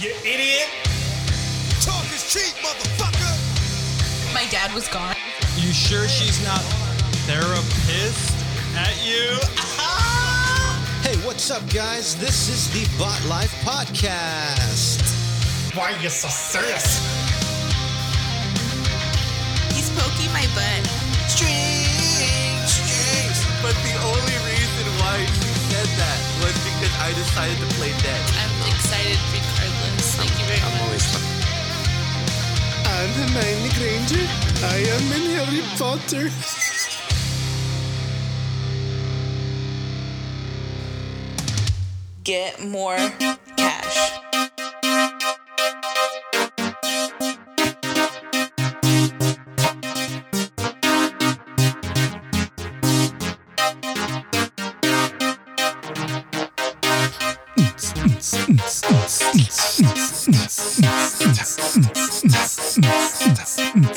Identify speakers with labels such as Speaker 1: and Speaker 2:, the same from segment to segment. Speaker 1: You idiot!
Speaker 2: Talk is cheap, motherfucker.
Speaker 3: My dad was gone.
Speaker 4: You sure she's not therapist at you?
Speaker 2: Hey, what's up, guys? This is the Bot Life Podcast.
Speaker 1: Why are you so serious?
Speaker 3: He's poking my butt.
Speaker 2: Strings, strings.
Speaker 5: But the only reason why she said that was because I decided to play dead.
Speaker 3: I'm excited regardless. Thank you very much.
Speaker 6: I'm Hermione Granger. I am in Harry Potter.
Speaker 3: Get more cash.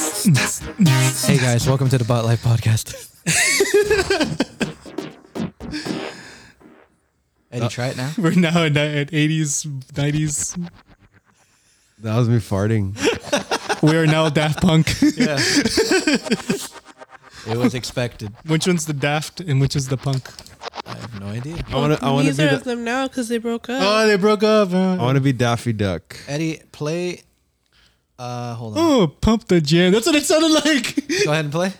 Speaker 2: Hey, guys, welcome to the Bot Life Podcast. Eddie, try it now.
Speaker 1: We're now in the 80s, 90s.
Speaker 7: That was me farting.
Speaker 1: We are now Daft Punk.
Speaker 2: It was expected.
Speaker 1: which one's the Daft and which is the Punk?
Speaker 2: I have no idea.
Speaker 7: I want to. I want to be.
Speaker 8: Neither of
Speaker 7: Da-
Speaker 8: them now because they broke up.
Speaker 1: Oh, they broke up.
Speaker 7: I want to be Daffy Duck.
Speaker 2: Eddie, play. Uh, hold on.
Speaker 1: oh, pump the jam. That's what it sounded like.
Speaker 2: Go ahead and play.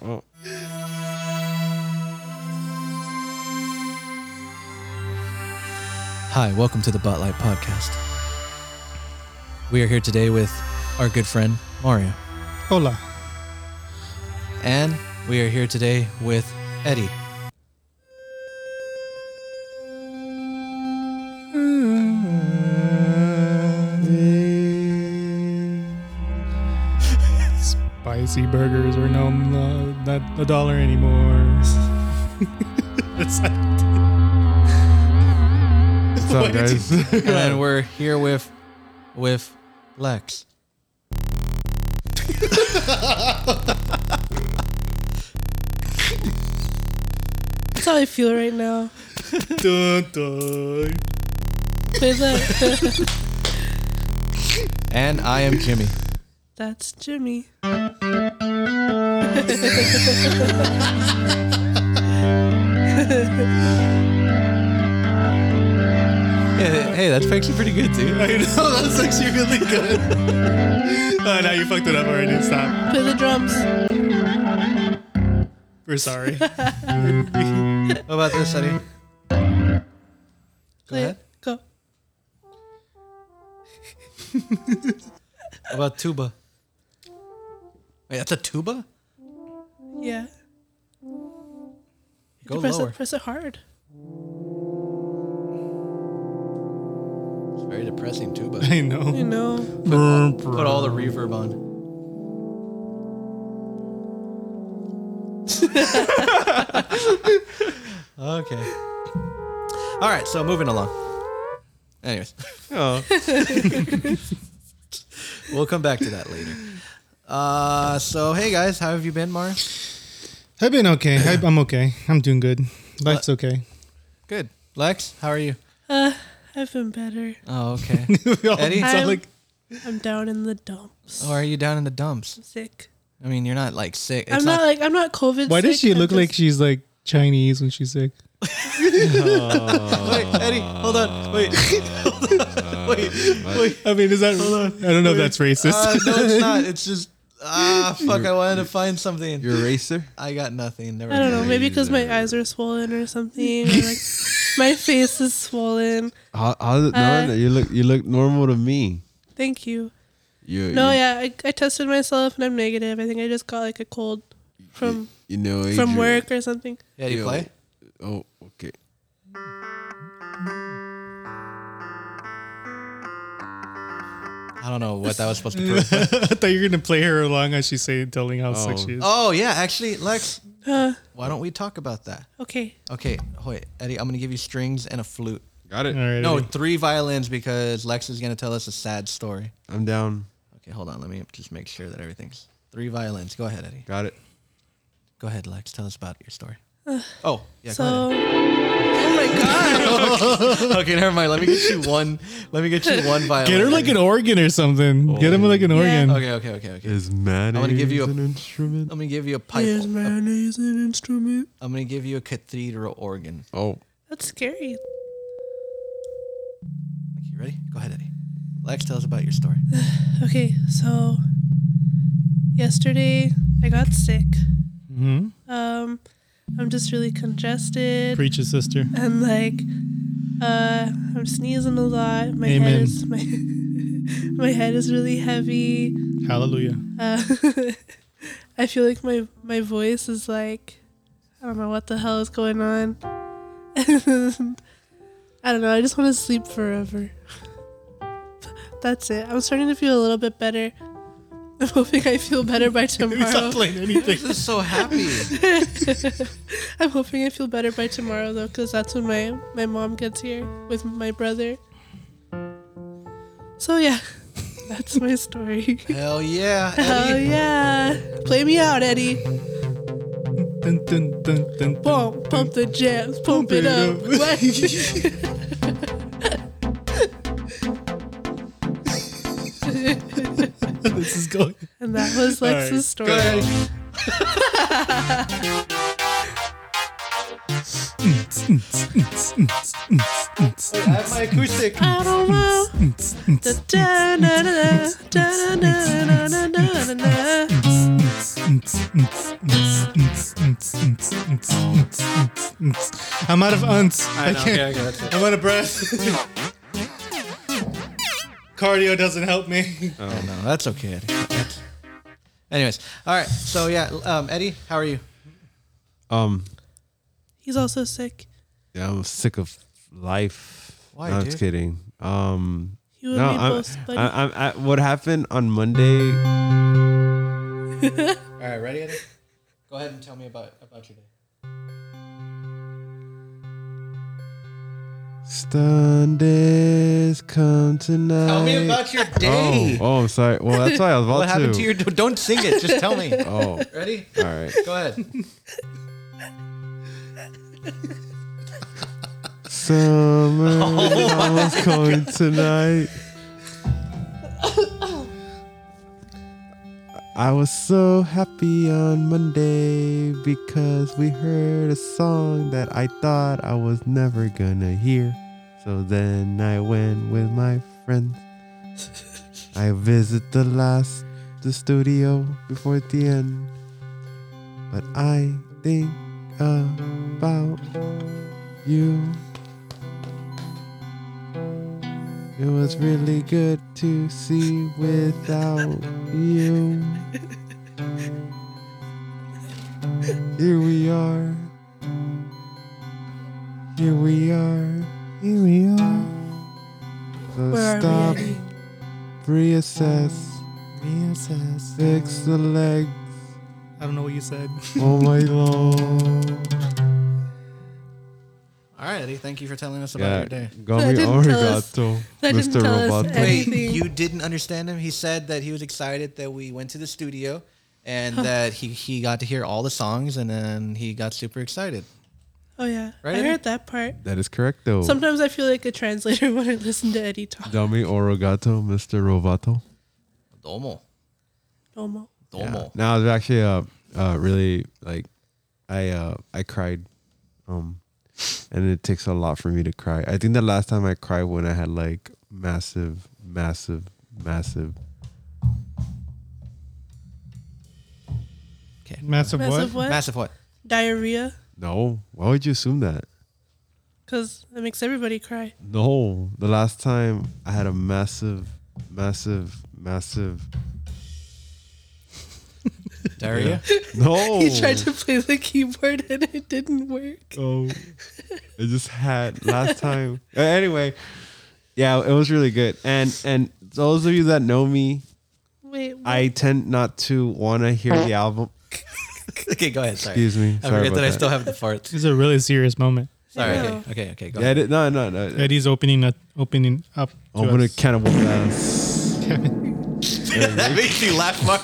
Speaker 2: Hi, welcome to the Botlight Podcast. We are here today with our good friend Mario,
Speaker 1: Hola.
Speaker 2: and we are here today with Eddie.
Speaker 1: Spicy burgers are no no- not a dollar anymore. That's
Speaker 7: What's up, guys?
Speaker 2: And then we're here with with Lex.
Speaker 8: That's how I feel right now.
Speaker 1: dun, dun.
Speaker 8: Play that.
Speaker 2: And I am Jimmy.
Speaker 8: That's Jimmy.
Speaker 2: Hey, hey, that's actually pretty good, dude.
Speaker 1: I know that's actually really good. oh, now you fucked it up already. Stop.
Speaker 8: Play the drums.
Speaker 1: We're sorry.
Speaker 2: What about this, Eddie?
Speaker 8: Play
Speaker 2: ahead.
Speaker 8: it. Go.
Speaker 2: What about tuba? Wait, that's a tuba?
Speaker 8: Yeah. You
Speaker 2: Go
Speaker 8: press
Speaker 2: lower.
Speaker 8: It, press it hard.
Speaker 2: It's very depressing tuba.
Speaker 1: I
Speaker 8: You
Speaker 1: know.
Speaker 8: know.
Speaker 2: Put all the reverb on. okay. All right, so moving along. Anyways. Oh. we'll come back to that later. Uh, so hey guys, how have you been, Mar?
Speaker 1: I've been okay. I, I'm okay. I'm doing good. Life's okay.
Speaker 2: Good. Lex, how are you?
Speaker 8: Uh, I've been better.
Speaker 2: Oh, okay.
Speaker 1: We all
Speaker 2: Eddie?
Speaker 1: sound
Speaker 8: I'm-
Speaker 1: like
Speaker 8: I'm down in the dumps.
Speaker 2: or are you down in the dumps?
Speaker 8: Sick.
Speaker 2: I mean, you're not like sick. It's
Speaker 8: I'm not, like I'm not COVID.
Speaker 1: Why does
Speaker 8: sick,
Speaker 1: she
Speaker 8: I'm
Speaker 1: look like
Speaker 8: just-
Speaker 1: she's like Chinese when she's sick?
Speaker 2: Wait, Eddie, hold on. Wait. Wait. Wait.
Speaker 1: I mean, is that? I don't know if that's racist.
Speaker 2: Uh, no, it's not. It's just ah, fuck. I wanted to find something.
Speaker 7: Your racer?
Speaker 2: I got nothing. Never.
Speaker 8: I don't know.
Speaker 2: mind.
Speaker 8: Maybe because my eyes are swollen or something. or, like my face is swollen.
Speaker 7: How, how does it, no,
Speaker 8: Uh,
Speaker 7: no, you look you look normal to me.
Speaker 8: Thank you.
Speaker 7: You
Speaker 8: No,
Speaker 1: Mm.
Speaker 7: you,
Speaker 8: yeah, I, I tested myself and I'm negative. I think I just got like a cold from
Speaker 7: you know
Speaker 8: from
Speaker 7: Adrian.
Speaker 8: work or something.
Speaker 2: Yeah, do you
Speaker 7: Yo.
Speaker 2: play?
Speaker 7: Oh, okay.
Speaker 2: I don't know what that was supposed to prove.
Speaker 1: I thought you were gonna play her along as she's saying, telling how sick she is.
Speaker 2: oh yeah, actually, Lex.
Speaker 8: Uh,
Speaker 2: Why don't we talk about that?
Speaker 8: okay.
Speaker 2: Okay, wait, Eddie. I'm gonna give you strings and a flute.
Speaker 7: Got it.
Speaker 1: All right.
Speaker 2: No,
Speaker 1: Eddie.
Speaker 2: three violins because Lex is gonna tell us a sad story.
Speaker 7: I'm down.
Speaker 2: Okay, hold on. Let me just make sure that everything's three violins. Go ahead, Eddie.
Speaker 7: Got it.
Speaker 2: Go ahead, Lex. Tell us about your story. Oh, yeah.
Speaker 8: so, oh my god,
Speaker 2: go ahead. okay, never mind. Let me get you one. Let me get you one violin.
Speaker 1: Get her like an organ or something. Get him like an organ.
Speaker 2: Okay, okay, okay, okay.
Speaker 7: Is mayonnaise
Speaker 2: gonna give you a-
Speaker 7: an instrument?
Speaker 2: I'm gonna give you a pipe.
Speaker 8: is mayonnaise an instrument?
Speaker 2: I'm gonna give you a cathedral organ.
Speaker 7: Oh,
Speaker 8: That's scary.
Speaker 2: You ready? Go ahead, Eddie. Lex, tell us about your story.
Speaker 8: Okay, so yesterday I got sick.
Speaker 1: hmm
Speaker 8: Um, I'm just really congested
Speaker 1: Preach it, sister.
Speaker 8: and like, uh, I'm sneezing a lot. My head
Speaker 1: Amen.
Speaker 8: is my my head is really heavy.
Speaker 1: Hallelujah.
Speaker 8: Uh, I feel like my my voice is like I don't know what the hell is going on. I don't know. I just want to sleep forever. That's it. I'm starting to feel a little bit better. I'm hoping I feel better by tomorrow.
Speaker 1: playing anything.
Speaker 2: This is so happy.
Speaker 8: I'm hoping I feel better by tomorrow though, because that's when my my mom gets here with my brother. So yeah, that's my story.
Speaker 2: Hell yeah,
Speaker 8: Hell
Speaker 2: Eddie.
Speaker 8: yeah! Play me out, Eddie.
Speaker 1: Dun, dun, dun, dun, dun.
Speaker 8: Pump, pump the jams, pump it up. Like-
Speaker 1: this is going.
Speaker 8: and that was Lex's
Speaker 1: Alright,
Speaker 8: story.
Speaker 2: I have my acoustic.
Speaker 8: I don't know. Da- da- na- na- na, da- na- na- na- na- na- na- na.
Speaker 1: I'm out of unts.
Speaker 2: I know. Okay, okay, that's it.
Speaker 1: I'm out of breath. Cardio doesn't help me.
Speaker 2: Oh, no, that's okay. Eddie. That's- Anyways, all right. So yeah, um, Eddie, how are you?
Speaker 7: um,
Speaker 8: He's also sick.
Speaker 7: yeah, I'm sick of life.
Speaker 2: Why,
Speaker 7: No, I'm
Speaker 2: dude?
Speaker 7: just kidding. Um,
Speaker 8: You and
Speaker 7: no,
Speaker 8: me
Speaker 7: I'm,
Speaker 8: both,
Speaker 7: I,
Speaker 8: buddy.
Speaker 7: I'm, I, what happened on Monday?
Speaker 2: All right, ready, Eddie? Go ahead and tell me about about your day.
Speaker 7: Sundays come tonight.
Speaker 2: Tell me about your day.
Speaker 7: Oh, oh, I'm sorry. Well, that's why I was about
Speaker 2: what
Speaker 7: to.
Speaker 2: happened to your? Don't sing it. Just tell me.
Speaker 7: Oh,
Speaker 2: Ready?
Speaker 7: all right.
Speaker 2: Go ahead.
Speaker 7: Summer
Speaker 2: Oh
Speaker 7: is almost coming tonight. I was so happy on Monday because we heard a song that I thought I was never gonna hear. So then I went with my friends. I visit the last the studio before the end. But I think about you. It was really good to see without you. Here we are. Here we are. Here we are. So
Speaker 8: Where are
Speaker 7: stop,
Speaker 8: we, Eddie?
Speaker 7: reassess, reassess, fix the legs
Speaker 1: I don't know what you said.
Speaker 7: all night long.
Speaker 2: All right, Eddie. Thank you for telling us about
Speaker 7: Yeah,
Speaker 2: your day.
Speaker 7: Gummy
Speaker 8: That didn't tell us-
Speaker 7: Arigato,
Speaker 8: that didn't
Speaker 7: Mr.
Speaker 8: tell us
Speaker 7: Roboto.
Speaker 8: any-
Speaker 2: Wait,
Speaker 8: Anything.
Speaker 2: you didn't understand him? He said that he was excited that we went to the studio and that he, he got to hear all the songs and then he got super excited.
Speaker 8: Oh yeah,
Speaker 2: Right,
Speaker 8: I
Speaker 2: Eddie?
Speaker 8: heard that part.
Speaker 7: That is correct, though.
Speaker 8: Sometimes I feel like a translator when I listen to Eddie talk.
Speaker 7: Dummy Orogato, Mr. Roboto.
Speaker 2: Domo.
Speaker 8: Normal.
Speaker 2: Domo.
Speaker 7: Now it was actually uh, uh really like I uh I cried. Um and it takes a lot for me to cry. I think the last time I cried when I had like massive, massive, massive
Speaker 1: Massive what?
Speaker 8: Massive what?
Speaker 2: Massive what?
Speaker 8: Diarrhea,
Speaker 7: No. Why would you assume that?
Speaker 8: because it makes everybody cry.
Speaker 7: No. The last time I had a massive, massive, massive
Speaker 2: Diarrhea?
Speaker 7: No.
Speaker 2: Oh.
Speaker 8: He tried to play the keyboard and it didn't work.
Speaker 7: Oh, I just had last time. Uh, Anyway, yeah, it was really good. And and those of you that know me,
Speaker 8: Wait, what?
Speaker 7: I tend not to want to hear the album.
Speaker 2: okay, go ahead. Sorry.
Speaker 7: Excuse
Speaker 2: I
Speaker 7: me. Sorry
Speaker 2: forget that,
Speaker 7: about
Speaker 2: I
Speaker 7: that.
Speaker 2: still have the farts.
Speaker 1: This is a really serious moment.
Speaker 2: Sorry.
Speaker 8: know.
Speaker 2: Okay, okay, okay. Go
Speaker 7: Yeah, I
Speaker 2: ahead.
Speaker 7: did- no, no, no.
Speaker 1: Eddie's opening up, opening up. to
Speaker 2: Oh,
Speaker 7: I'm gonna
Speaker 1: us.
Speaker 7: kind of whoop ass.
Speaker 2: that makes you laugh, Mark.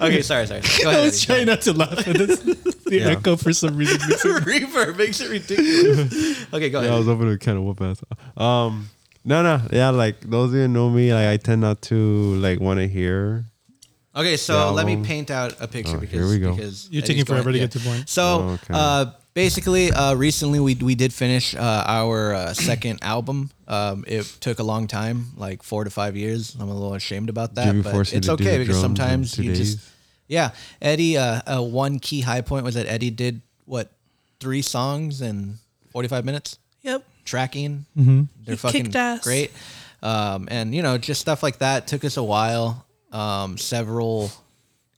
Speaker 2: Okay, sorry, sorry. Go
Speaker 1: I
Speaker 2: ahead.
Speaker 1: was trying not to laugh at this. The
Speaker 7: Yeah.
Speaker 1: echo for some reason makes it
Speaker 2: Reverb makes it ridiculous. Okay, go
Speaker 7: Yeah, I
Speaker 2: ahead.
Speaker 7: was over to kind of whoop ass. Um, no, no, yeah, like those of you who know me, like I tend not to like want to hear.
Speaker 2: Okay, so
Speaker 7: Yeah,
Speaker 2: let me
Speaker 7: um,
Speaker 2: paint out a picture
Speaker 7: oh,
Speaker 2: because
Speaker 7: here we go.
Speaker 2: because
Speaker 1: You're
Speaker 2: Eddie's
Speaker 1: taking forever
Speaker 2: going-
Speaker 1: to get to the point.
Speaker 2: So
Speaker 7: Oh, okay.
Speaker 2: uh, basically, uh, recently we we did finish uh, our uh, second album. Um, it took a long time, like four to five years. I'm a little ashamed about that,
Speaker 7: Jimmy
Speaker 2: but
Speaker 7: forced you
Speaker 2: it's
Speaker 7: to do
Speaker 2: okay
Speaker 7: the
Speaker 2: because
Speaker 7: drums in
Speaker 2: sometimes
Speaker 7: two
Speaker 2: you just
Speaker 7: days.
Speaker 2: yeah. Eddie, uh, uh, one key high point was that Eddie did what three songs in 45 minutes
Speaker 8: Yep.
Speaker 2: tracking. They're
Speaker 8: He
Speaker 2: fucking
Speaker 8: kicked ass.
Speaker 2: great. Um, and you know, just stuff like that took us a while. Um, several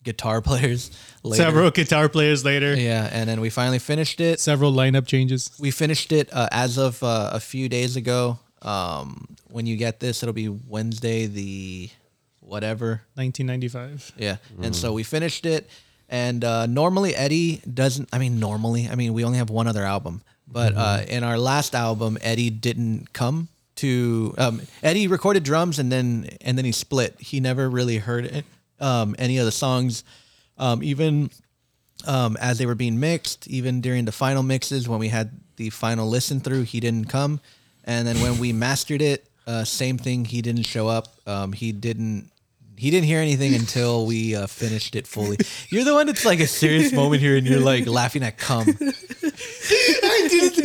Speaker 2: guitar players later.
Speaker 1: several guitar players later.
Speaker 2: Yeah, and then we finally finished it.
Speaker 1: Several lineup changes.
Speaker 2: We finished it uh, as of uh, a few days ago. Um, when you get this, it'll be Wednesday, the whatever.
Speaker 1: 1995.
Speaker 2: Yeah. And so we finished it. And uh, normally Eddie doesn't. I mean, normally. I mean, we only have one other album. But uh, in our last album, Eddie didn't come to. Um, Eddie recorded drums and then and then he split. He never really heard it, um, any of the songs, um, even um, as they were being mixed. Even during the final mixes, when we had the final listen through, he didn't come. And then when we mastered it, uh, same thing. He didn't show up. Um, he didn't he didn't hear anything until we uh, finished it fully. You're the one that's like a serious moment here, and you're like laughing at cum.
Speaker 1: I didn't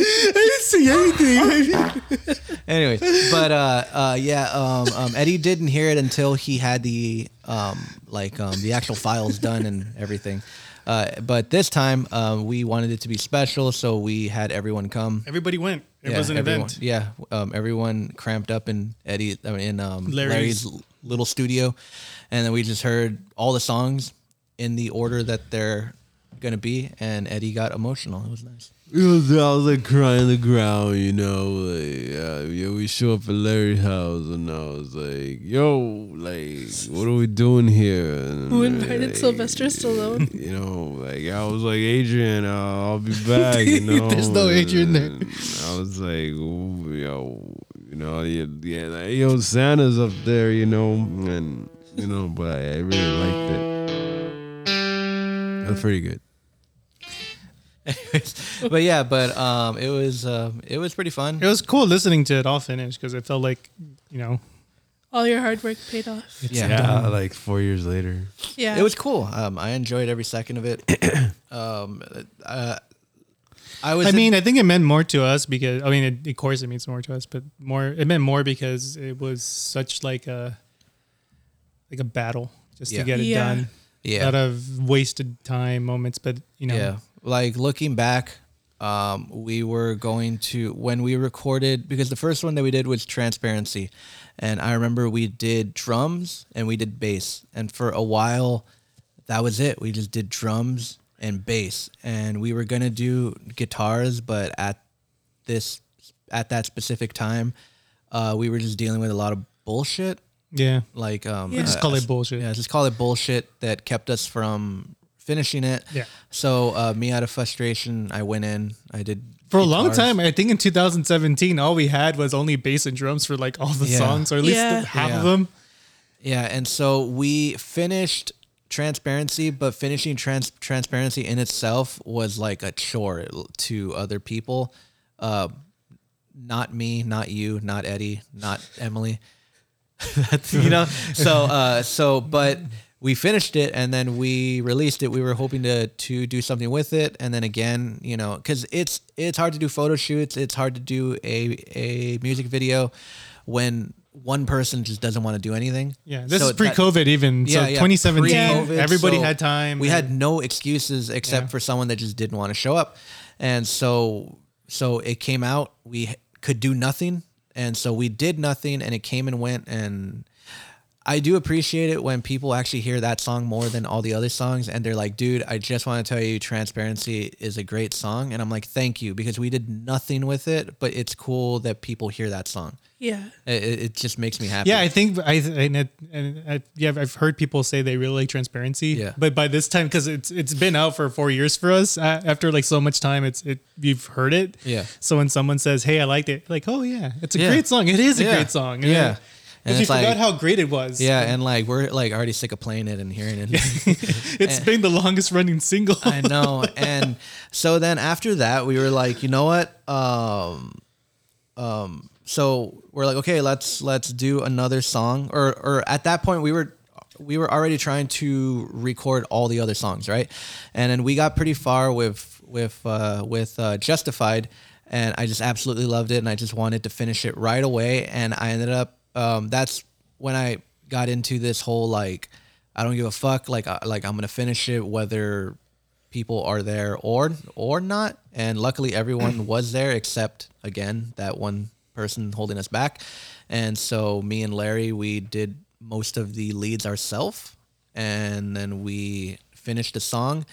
Speaker 1: see anything.
Speaker 2: Anyways, but uh, uh, yeah, um, um, Eddie didn't hear it until he had the um, like um, the actual files done and everything. Uh, but this time, uh, we wanted it to be special, so we had everyone come.
Speaker 1: Everybody went. It was an
Speaker 2: everyone,
Speaker 1: event.
Speaker 2: Yeah, um, everyone cramped up in Eddie I mean, in um,
Speaker 1: Larry's.
Speaker 2: Larry's. little studio, and then we just heard all the songs in the order that they're gonna be, and Eddie got emotional. It was nice.
Speaker 7: It was, I was like crying on the ground, you know. Like, uh, yeah, we show up at Larry's house, and I was like, "Yo, like, what are we doing here?" And
Speaker 8: Who invited Sylvester Stallone?
Speaker 7: you know, like I was like Adrian, uh, I'll be back. You know,
Speaker 1: There's no Adrian there.
Speaker 7: And I was like, ooh, yo, you know, yeah, yeah, like, yo, Santa's up there, you know, and you know, but I, I really liked it. That's pretty good.
Speaker 2: but yeah, but um, it was uh, it was pretty fun.
Speaker 1: It was cool listening to it all finish because it felt like, you know,
Speaker 8: All your hard work paid off.
Speaker 2: Yeah,
Speaker 7: Yeah, Uh, like four years later.
Speaker 8: Yeah.
Speaker 2: it was cool. Um, I enjoyed every second of it. um, uh, I was.
Speaker 1: I
Speaker 2: in-
Speaker 1: mean, I think it meant more to us because I mean, it, of course, it means more to us, but more it meant more because it was such like a like a battle just
Speaker 2: Yeah.
Speaker 1: to get it
Speaker 8: Yeah.
Speaker 1: done.
Speaker 2: yeah,
Speaker 1: A lot of wasted time moments, but you know,
Speaker 2: Yeah. Like looking back, um, we were going to when we recorded because the first one that we did was transparency, and I remember we did drums and we did bass, and for a while, that was it. We just did drums and bass, and we were gonna do guitars, but at this at that specific time, uh, we were just dealing with a lot of bullshit.
Speaker 1: yeah,
Speaker 2: Like um,
Speaker 1: just
Speaker 2: uh,
Speaker 1: call it bullshit.
Speaker 2: yeah, just call it bullshit that kept us from finishing it.
Speaker 1: Yeah.
Speaker 2: So uh, me out of frustration, I went in. I did
Speaker 1: For a long
Speaker 2: guitars.
Speaker 1: time, eh? I think in 2017, all we had was only bass and drums for like all the
Speaker 2: Yeah.
Speaker 1: songs, or at least
Speaker 8: Yeah.
Speaker 1: half
Speaker 2: Yeah.
Speaker 1: of them.
Speaker 2: Yeah, and so we finished transparency, but finishing trans- transparency in itself was like a chore to other people. Uh, not me, not you, not Eddie, not Emily. That's, you know, so uh, so but we finished it and then we released it. We were hoping to to do something with it, and then again, you know, because it's it's hard to do photo shoots. It's hard to do a a music video when one person just doesn't want to do anything.
Speaker 1: Yeah, this
Speaker 2: So
Speaker 1: is
Speaker 2: that-
Speaker 1: pre-COVID even. so 2017,
Speaker 2: pre-COVID,
Speaker 1: everybody
Speaker 2: so
Speaker 1: had time.
Speaker 2: We
Speaker 1: and-
Speaker 2: had no excuses except for someone that just didn't want to show up, and so so it came out. We h- could do nothing, and so we did nothing, and it came and went. And I do appreciate it when people actually hear that song more than all the other songs, and they're like, "Dude, I just want to tell you, Transparency is a great song," and I'm like, "Thank you," because we did nothing with it, but it's cool that people hear that song.
Speaker 8: yeah.
Speaker 2: It, it it just makes me happy.
Speaker 1: Yeah, I think I and, it, and I, yeah, I've heard people say they really like transparency.
Speaker 2: Yeah.
Speaker 1: But by this time, because it's it's been out for four years for us, uh, after like so much time, it's it you've heard it.
Speaker 2: Yeah.
Speaker 1: So when someone says, "Hey, I liked it," like, "Oh yeah, it's a
Speaker 2: Yeah.
Speaker 1: great song. It is a
Speaker 2: Yeah.
Speaker 1: great song."
Speaker 2: Yeah. And
Speaker 1: Because you
Speaker 2: it's like,
Speaker 1: forgot how great it was.
Speaker 2: yeah, and like we're like already sick of playing it and hearing it.
Speaker 1: it's been the longest running single.
Speaker 2: I know. And so then after that, we were like, you know what? Um, um, so we're like, okay, let's let's do another song. Or or at that point, we were we were already trying to record all the other songs, right? And then we got pretty far with with uh, with uh, Justified, and I just absolutely loved it, and I just wanted to finish it right away. And I ended up um, that's when I got into this whole like. I don't give a fuck. Like, I, like I'm gonna finish it whether people are there or or not and luckily everyone was there except again that one person holding us back and so me and larry we did most of the leads ourselves and then we finished the song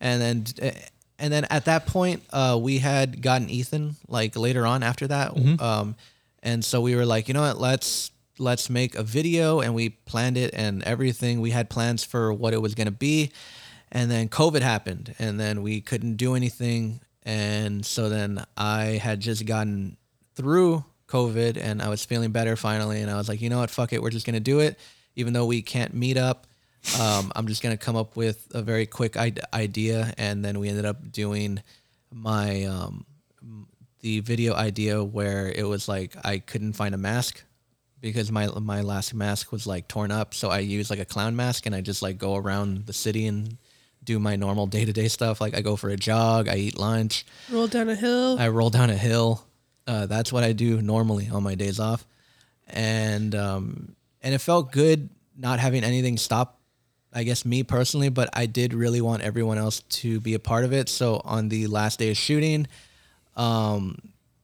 Speaker 2: and then eh, and then at that point uh, we had gotten ethan like later on after that um, and so we were like you know what let's let's make a video and we planned it and everything we had plans for what it was going to be and then COVID happened, and then we couldn't do anything. And so then I had just gotten through COVID and I was feeling better finally. And I was like, you know what? Fuck it. We're just going to do it. Even though we can't meet up, um, I'm just going to come up with a very quick I- idea. And then we ended up doing my, um, the video idea where it was like I couldn't find a mask because my my last mask was like torn up, so I used like a clown mask and I just like go around the city and do my normal day to day stuff. Like I go for a jog, I eat lunch,
Speaker 8: Roll down a hill.
Speaker 2: I roll down a hill. Uh, that's what I do normally on my days off, and um, and it felt good not having anything stop. I guess me personally, but I did really want everyone else to be a part of it. So on the last day of shooting, um,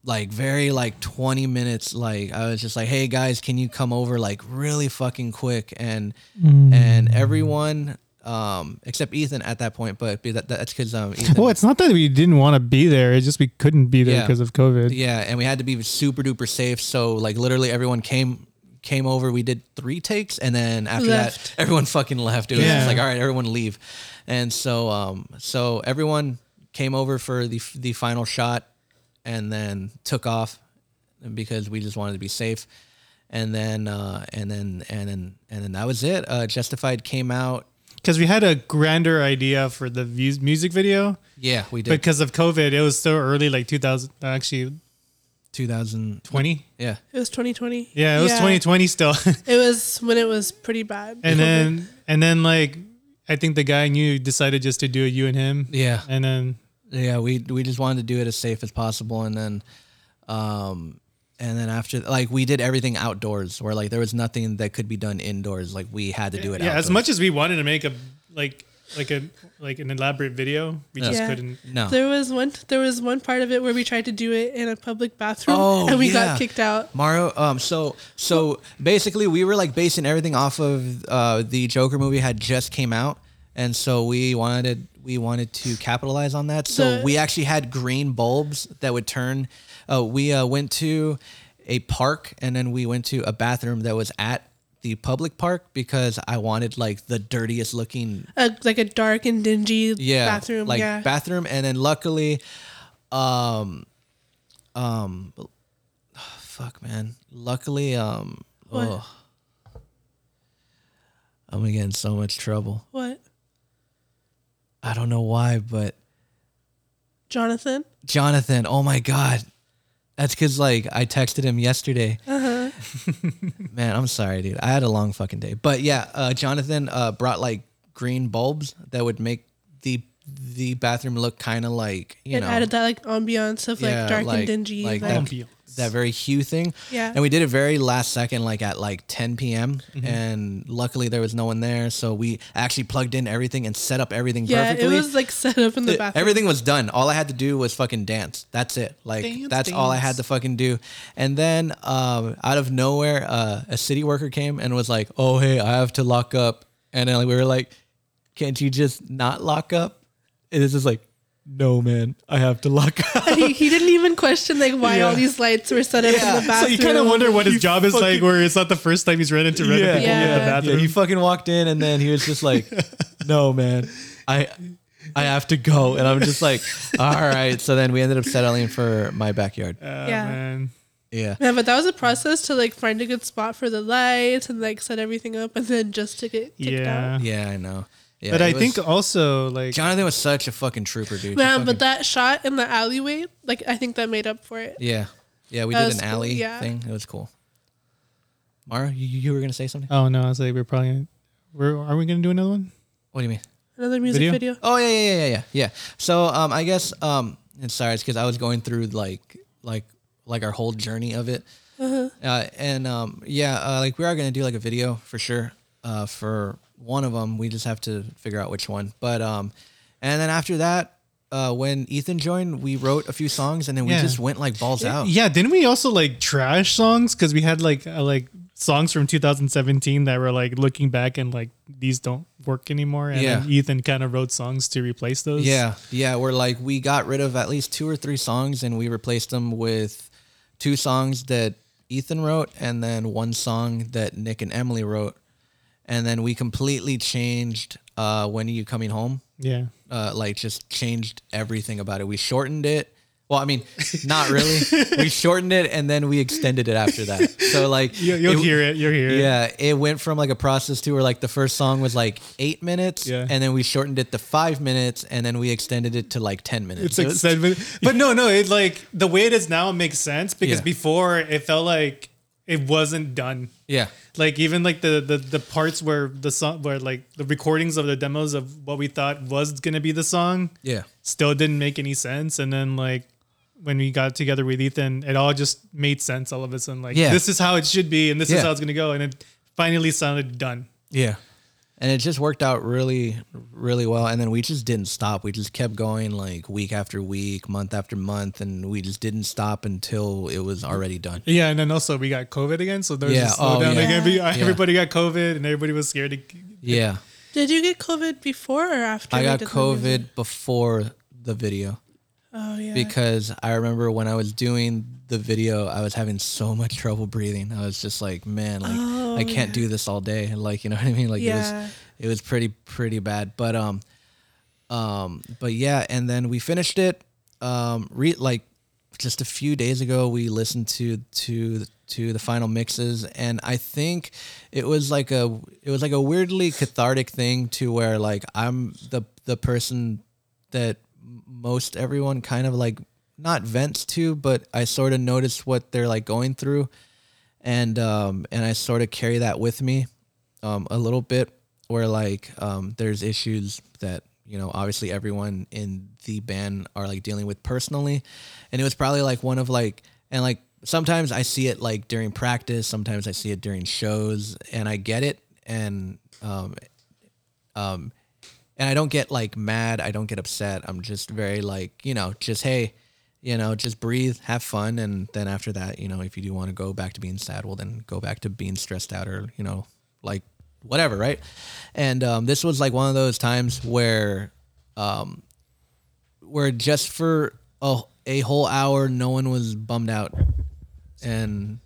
Speaker 2: like very like 20 minutes like i was just like hey guys can you come over like really fucking quick and and everyone um except ethan at that point but be that that's because um ethan,
Speaker 1: Well, it's not that we didn't want to be there. It's just we couldn't be there
Speaker 2: Yeah.
Speaker 1: because of COVID.
Speaker 2: yeah and we had to be super duper safe so like literally everyone came came over we did three takes and then after
Speaker 8: Left.
Speaker 2: that everyone fucking left it was
Speaker 1: Yeah.
Speaker 2: just like all right everyone leave and so um so everyone came over for the the final shot and then took off because we just wanted to be safe. And then uh, and then and then and then that was it. Uh, Justified came out.
Speaker 1: Because we had a grander idea for the views, music video.
Speaker 2: Yeah, we did
Speaker 1: Because of COVID, it was so early, like 2000, actually
Speaker 2: 2020.
Speaker 1: 20.
Speaker 2: Yeah,
Speaker 8: It was 2020.
Speaker 1: Yeah, it was 2020 still.
Speaker 8: It was when it was pretty bad.
Speaker 1: and then, and then like, I think the guy and you decided just to do it, you and him.
Speaker 2: Yeah.
Speaker 1: And then,
Speaker 2: yeah. We we just wanted to do it as safe as possible. And then um and then after like we did everything outdoors where like there was nothing that could be done indoors. Like we had to do it.
Speaker 1: yeah,
Speaker 2: outdoors.
Speaker 1: as much as we wanted to make a, like, like a, like an elaborate video, we just
Speaker 8: Yeah.
Speaker 1: couldn't.
Speaker 2: no.
Speaker 8: There was one. There was one part of it where we tried to do it in a public bathroom,
Speaker 2: Oh,
Speaker 8: and we
Speaker 2: yeah.
Speaker 8: got kicked out.
Speaker 2: Mario. Um. So so basically, we were like basing everything off of uh, the Joker movie had just came out, and so we wanted we wanted to capitalize on that. So
Speaker 8: The-
Speaker 2: we actually had green bulbs that would turn. Uh, we uh, went to a park, and then we went to a bathroom that was at the public park because I wanted like the dirtiest looking
Speaker 8: A, like a dark and dingy
Speaker 2: yeah
Speaker 8: bathroom.
Speaker 2: like
Speaker 8: yeah.
Speaker 2: bathroom and then luckily um um fuck man luckily um
Speaker 8: What?
Speaker 2: oh i'm gonna get in so much trouble
Speaker 8: what,
Speaker 2: i don't know why but
Speaker 8: Jonathan?
Speaker 2: jonathan oh my god that's because like i texted him yesterday
Speaker 8: Uh-huh.
Speaker 2: man i'm sorry dude i had a long fucking day but yeah uh, jonathan uh, brought like green bulbs that would make the the bathroom look kind of like you
Speaker 8: it
Speaker 2: know
Speaker 8: added that like ambiance of
Speaker 2: Yeah,
Speaker 8: like dark
Speaker 2: like-
Speaker 8: and dingy.
Speaker 2: like
Speaker 8: Like,
Speaker 2: that. that very hue thing.
Speaker 8: Yeah.
Speaker 2: And we did it very last second, like at like 10 p.m. And luckily there was no one there, so we actually plugged in everything and set up everything
Speaker 8: yeah,
Speaker 2: perfectly.
Speaker 8: it was like set up in the
Speaker 2: Th-
Speaker 8: bathroom.
Speaker 2: everything was done. All I had to do was fucking dance. That's it. Like that's all I had to fucking do. And then um, out of nowhere, uh, a city worker came and was like, "Oh hey, I have to lock up." And then we were like, "Can't you just not lock up?" And it's just like, "No man, I have to lock up."
Speaker 8: he, he didn't even question like why all these lights were set up in the
Speaker 2: Yeah,
Speaker 8: bathroom.
Speaker 1: So you kind of wonder what his job is like,
Speaker 2: fucking-
Speaker 1: where it's not the first time he's run into random people in the
Speaker 8: Yeah.
Speaker 1: bathroom.
Speaker 2: Yeah, he fucking walked in and then he was just like, "No, man, I, I have to go." And I'm just like, "All right." So then we ended up settling for my backyard.
Speaker 1: Oh,
Speaker 8: Yeah.
Speaker 1: man.
Speaker 2: Yeah.
Speaker 8: Yeah, but that was a process to like find a good spot for the lights and like set everything up and then just to get kicked
Speaker 1: yeah.
Speaker 8: out.
Speaker 2: Yeah, I know. Yeah,
Speaker 1: but
Speaker 2: it
Speaker 1: I
Speaker 2: was-
Speaker 1: think also like
Speaker 2: Jonathan was such a fucking trooper, dude. He
Speaker 8: Man,
Speaker 2: fucking-
Speaker 8: but that shot in the alleyway, like I think that made up for it.
Speaker 2: Yeah. Yeah, we
Speaker 8: That
Speaker 2: did
Speaker 8: was
Speaker 2: an
Speaker 8: cool,
Speaker 2: alley
Speaker 8: yeah.
Speaker 2: thing. It was cool. Mara, you, you were going to say something?
Speaker 1: oh no, I was like we're probably gonna, we're, are we gonna do another one?
Speaker 2: What do you mean?
Speaker 8: Another music
Speaker 1: Video?
Speaker 8: video.
Speaker 2: Oh yeah, yeah, yeah, yeah, yeah. yeah. So um, I guess um, and sorry, it's because I was going through like like like our whole journey of it,
Speaker 1: Uh-huh.
Speaker 2: uh and um, yeah, uh, like we are gonna do like a video for sure. Uh, for one of them, we just have to figure out which one. But um, and then after that, uh, when Ethan joined, we wrote a few songs, and then we
Speaker 1: Yeah.
Speaker 2: just went like balls out.
Speaker 1: Yeah, didn't we also like trash songs because we had like uh, like songs from 2017 that were like looking back and like these don't work anymore. And
Speaker 2: Yeah.
Speaker 1: then Ethan kind of wrote songs to replace those.
Speaker 2: Yeah, yeah. We're like we got rid of at least two or three songs, and we replaced them with two songs that Ethan wrote, and then one song that Nick and Emily wrote, and then we completely changed uh, "When Are You Coming Home."
Speaker 1: yeah.
Speaker 2: Uh, like just changed everything about it. We shortened it. Well, I mean, not really. we shortened it and then we extended it after that. So like
Speaker 1: You, you'll
Speaker 2: it-
Speaker 1: hear it. You'll hear it.
Speaker 2: yeah, it went from like a process to where like the first song was like eight minutes,
Speaker 1: Yeah.
Speaker 2: and then we shortened it to five minutes, and then we extended it to like ten
Speaker 1: It's
Speaker 2: minutes. It
Speaker 1: like
Speaker 2: was-
Speaker 1: seven, but no, no. It like the way it is now makes sense because
Speaker 2: Yeah.
Speaker 1: before it felt like it wasn't done.
Speaker 2: yeah,
Speaker 1: like even like the the, the parts where the song where like the recordings of the demos of what we thought was gonna be the song
Speaker 2: yeah,
Speaker 1: still didn't make any sense and then like when we got together with ethan it all just made sense all of a sudden like
Speaker 2: Yeah.
Speaker 1: this is how it should be and this
Speaker 2: Yeah.
Speaker 1: is how it's gonna go and it finally sounded done
Speaker 2: yeah, and it just worked out really, really well. And then we just didn't stop. We just kept going like week after week, month after month, and we just didn't stop until it was already done.
Speaker 1: yeah and then also we got covid again so there's
Speaker 2: Yeah,
Speaker 1: a
Speaker 2: oh,
Speaker 1: slowdown down
Speaker 2: yeah.
Speaker 1: again Every- everybody got covid and everybody was scared to
Speaker 2: Yeah,
Speaker 8: Did you get COVID before or after?
Speaker 2: I
Speaker 8: we
Speaker 2: got
Speaker 8: did the music?
Speaker 2: COVID before the video.
Speaker 8: Oh yeah.
Speaker 2: because I remember when I was doing the video, I was having so much trouble breathing. I was just like, man, like I can't do this all day. Like, you know what I mean? Like it
Speaker 8: Yeah.
Speaker 2: was it was pretty pretty bad. But um um but yeah, and then we finished it um re- like just a few days ago we listened to to to the final mixes and I think it was like a it was like a weirdly cathartic thing to where like I'm the the person that most everyone kind of like not vents to, but I sort of notice what they're like going through, and um, and I sort of carry that with me, um, a little bit. Where like um, there's issues that you know obviously everyone in the band are like dealing with personally, and it was probably like one of like and like sometimes I see it like during practice, sometimes I see it during shows, and I get it, and um, and I don't get like mad. I don't get upset. I'm just very like, you know, just hey, you know, just breathe, have fun, and then after that, you know, if you do want to go back to being sad, well, then go back to being stressed out or you know, like whatever, right? And um, this was like one of those times where, um, where just for a, a whole hour, no one was bummed out, and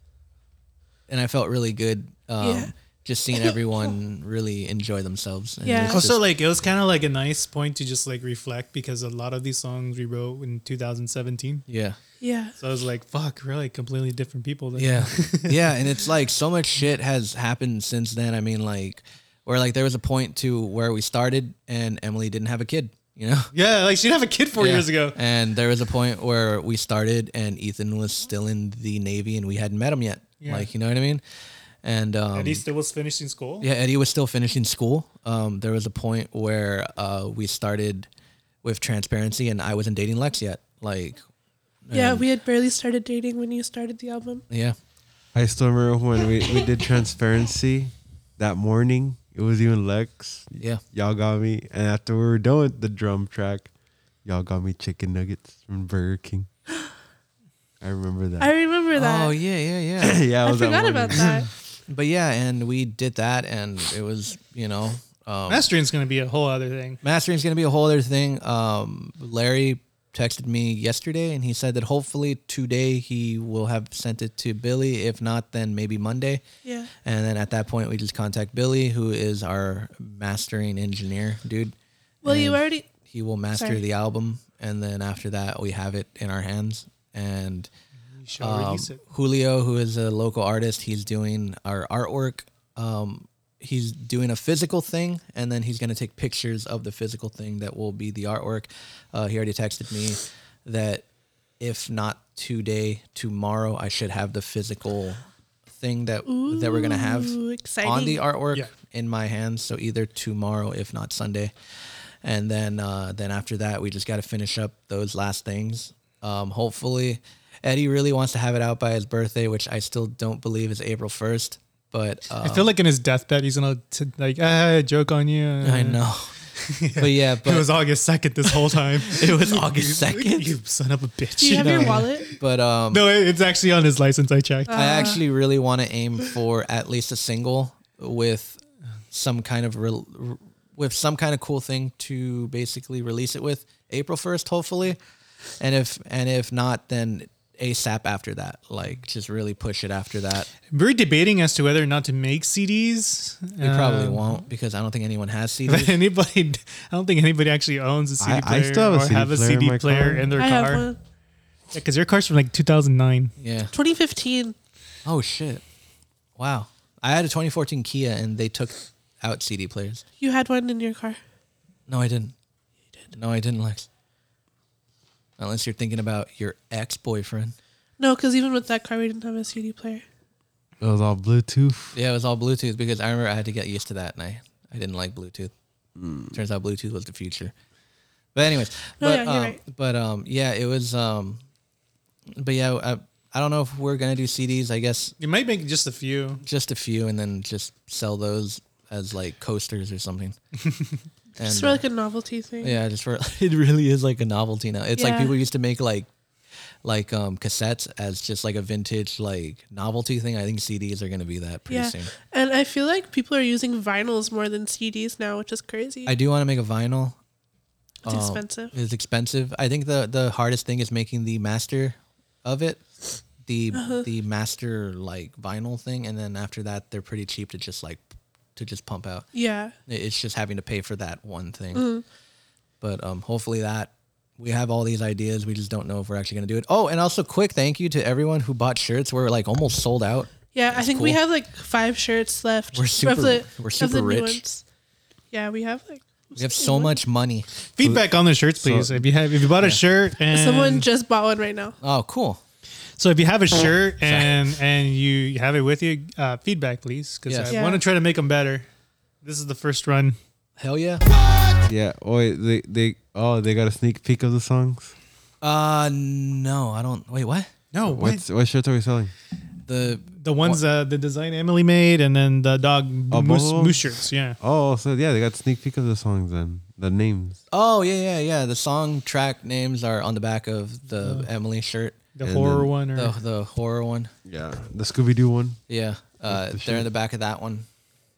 Speaker 2: and I felt really good. Um,
Speaker 8: Yeah.
Speaker 2: Just seeing everyone really enjoy themselves. And
Speaker 8: Yeah.
Speaker 2: it's
Speaker 1: also
Speaker 2: just-
Speaker 1: like it was kind of like a nice point to just like reflect because a lot of these songs we wrote in 2017
Speaker 2: yeah.
Speaker 8: yeah.
Speaker 1: so i was like fuck we're like completely different people then.
Speaker 2: Yeah. yeah. And it's like so much shit has happened since then. I mean, like, where like there was a point to where we started and Emily didn't have a kid, you know?
Speaker 1: yeah like she'd have a kid four
Speaker 2: Yeah.
Speaker 1: years ago
Speaker 2: And there was a point where we started and Ethan was still in the Navy and we hadn't met him yet.
Speaker 1: Yeah.
Speaker 2: Like, you know what I mean? And, um,
Speaker 1: At least it was finishing school.
Speaker 2: yeah, Eddie was still finishing school. Um, there was a point where uh, we started with transparency and I wasn't dating Lex yet. Like, um,
Speaker 8: Yeah, we had barely started dating when you started the album.
Speaker 2: yeah.
Speaker 7: I still remember when we, we did transparency that morning. It was you and Lex.
Speaker 2: Yeah.
Speaker 7: Y'all got me. And after we were done with the drum track, y'all got me chicken nuggets from Burger King. I remember that.
Speaker 8: I remember that.
Speaker 2: Oh, yeah, yeah, yeah.
Speaker 7: yeah, it
Speaker 8: I
Speaker 7: was that
Speaker 8: forgot
Speaker 7: morning.
Speaker 8: about that.
Speaker 2: But yeah, and we did that, and it was you know um,
Speaker 1: Mastering's going to be a whole other thing.
Speaker 2: mastering's gonna be a whole other thing. Um, Larry texted me yesterday, and he said that hopefully today he will have sent it to Billy. If not, then maybe Monday.
Speaker 8: Yeah.
Speaker 2: And then at that point, we just contact Billy, who is our mastering engineer, dude.
Speaker 8: Well, you
Speaker 2: And-
Speaker 8: already
Speaker 2: he will master
Speaker 8: Sorry.
Speaker 2: the album and then after that we have it in our hands and
Speaker 1: should
Speaker 2: um,
Speaker 1: release it.
Speaker 2: Julio, who is a local artist, he's doing our artwork. Um, he's doing a physical thing, and then he's going to take pictures of the physical thing that will be the artwork. Uh, he already texted me that if not today, tomorrow, I should have the physical thing that that we're going to have
Speaker 8: Ooh,
Speaker 2: on the
Speaker 8: exciting.
Speaker 2: artwork
Speaker 1: Yeah.
Speaker 2: in my hands. So either tomorrow, if not Sunday, and then uh, then after that, we just got to finish up those last things. Um, hopefully, Eddie really wants to have it out by his birthday, which I still don't believe is April first. But uh,
Speaker 1: I feel like in his deathbed, he's gonna t- like ah, joke on you.
Speaker 2: uh, I know. But yeah, but
Speaker 1: it was August second this whole time. it was
Speaker 2: August 2nd?
Speaker 1: You son of a bitch.
Speaker 8: Do you have your
Speaker 1: No.
Speaker 8: wallet?
Speaker 2: but um,
Speaker 1: No, it- it's actually on his license. I checked.
Speaker 2: I actually really want to aim for at least a single with some kind of rel with some kind of cool thing to basically release it with April first, hopefully. And if and if not, then ASAP after that. Like just really push it after that.
Speaker 1: We're debating as to whether or not to make Um, CDs.
Speaker 2: We probably won't because I don't think anyone has
Speaker 1: But
Speaker 2: CDs.
Speaker 1: anybody, I don't think anybody actually owns a CD
Speaker 7: I- I
Speaker 1: player
Speaker 7: still
Speaker 1: or
Speaker 7: have a CD
Speaker 1: have a
Speaker 7: player in
Speaker 1: CD
Speaker 7: my
Speaker 1: player
Speaker 7: car.
Speaker 1: in their
Speaker 8: I have
Speaker 1: car.
Speaker 8: one.
Speaker 1: Because your car's from like 2009.
Speaker 2: yeah.
Speaker 8: 2015.
Speaker 2: Oh shit. Wow. I had a 2014 Kia and they took out CD players.
Speaker 8: You had one in your car.
Speaker 2: No, I didn't. No, I didn't, Lex. Unless you're thinking about your ex-boyfriend.
Speaker 8: No, because even with that car, we didn't have a CD player.
Speaker 7: It was all Bluetooth.
Speaker 2: Yeah, it was all Bluetooth because I remember I had to get used to that, and I, I didn't like Bluetooth. Turns out Bluetooth was the future. But anyways,
Speaker 8: No,
Speaker 2: but
Speaker 8: yeah, you're
Speaker 2: um,
Speaker 8: right.
Speaker 2: but um, yeah, it was um, but yeah, I, I don't know if we're gonna do CDs. I guess
Speaker 1: You might make just a few.
Speaker 2: just a few, and then just sell those as like coasters or something. and, uh,
Speaker 8: It's for like a novelty thing.
Speaker 2: yeah, just for it really is like a novelty now. It's like
Speaker 8: Yeah.
Speaker 2: people used to make like like um cassettes as just like a vintage like novelty thing. I think CDs are gonna be that pretty
Speaker 8: Yeah.
Speaker 2: soon.
Speaker 8: And I feel like people are using vinyls more than CDs now, which is crazy.
Speaker 2: I Oh. do want to make a vinyl.
Speaker 8: it's expensive.
Speaker 2: Um, It's expensive. I think the the hardest thing is making the master of it, the the master like vinyl thing, and then after that they're pretty cheap to just like to just pump out.
Speaker 8: yeah.
Speaker 2: It- It's just having to pay for that one thing. But um, hopefully that we have all these ideas. We just don't know if we're actually gonna do it. Oh, and also quick thank you to everyone who bought shirts. We're like almost sold out.
Speaker 8: Yeah, I think we
Speaker 2: cool.
Speaker 8: have like five shirts left.
Speaker 2: We're
Speaker 8: of
Speaker 2: super-
Speaker 8: the-
Speaker 2: we're
Speaker 8: of
Speaker 2: super
Speaker 8: the new
Speaker 2: rich.
Speaker 8: ones. Yeah, we have like
Speaker 2: We have so much money.
Speaker 1: Feedback on the shirts, please. if you have, if you bought a shirt and
Speaker 8: someone just bought one right now.
Speaker 2: Oh, cool.
Speaker 1: So if you
Speaker 7: Oh,
Speaker 1: have a shirt and and you have it with you, uh, feedback please, because
Speaker 2: Yes.
Speaker 1: I
Speaker 8: Yeah.
Speaker 1: want to try to make them better. This is the first run.
Speaker 2: Hell yeah.
Speaker 7: Yeah. Oh, wait, they they oh they got a sneak peek of the songs.
Speaker 2: Uh, no, I don't. Wait, what?
Speaker 1: No,
Speaker 7: What's what shirts are we selling?
Speaker 2: The
Speaker 1: the ones uh, the design Emily made, and then the dog
Speaker 7: Oh,
Speaker 1: moose,
Speaker 7: both of 'em?
Speaker 1: moose shirts. Yeah,
Speaker 7: Oh, so yeah, they got sneak peek of the songs then the names.
Speaker 2: Oh yeah, yeah, yeah. The song track names are on the back of the Emily shirt,
Speaker 1: the
Speaker 7: And
Speaker 1: horror
Speaker 7: then-
Speaker 1: one or
Speaker 2: the the horror one.
Speaker 7: Yeah, the Scooby Doo one.
Speaker 2: Yeah, uh,
Speaker 7: the
Speaker 2: they're in
Speaker 7: shirt.
Speaker 2: the back of that one.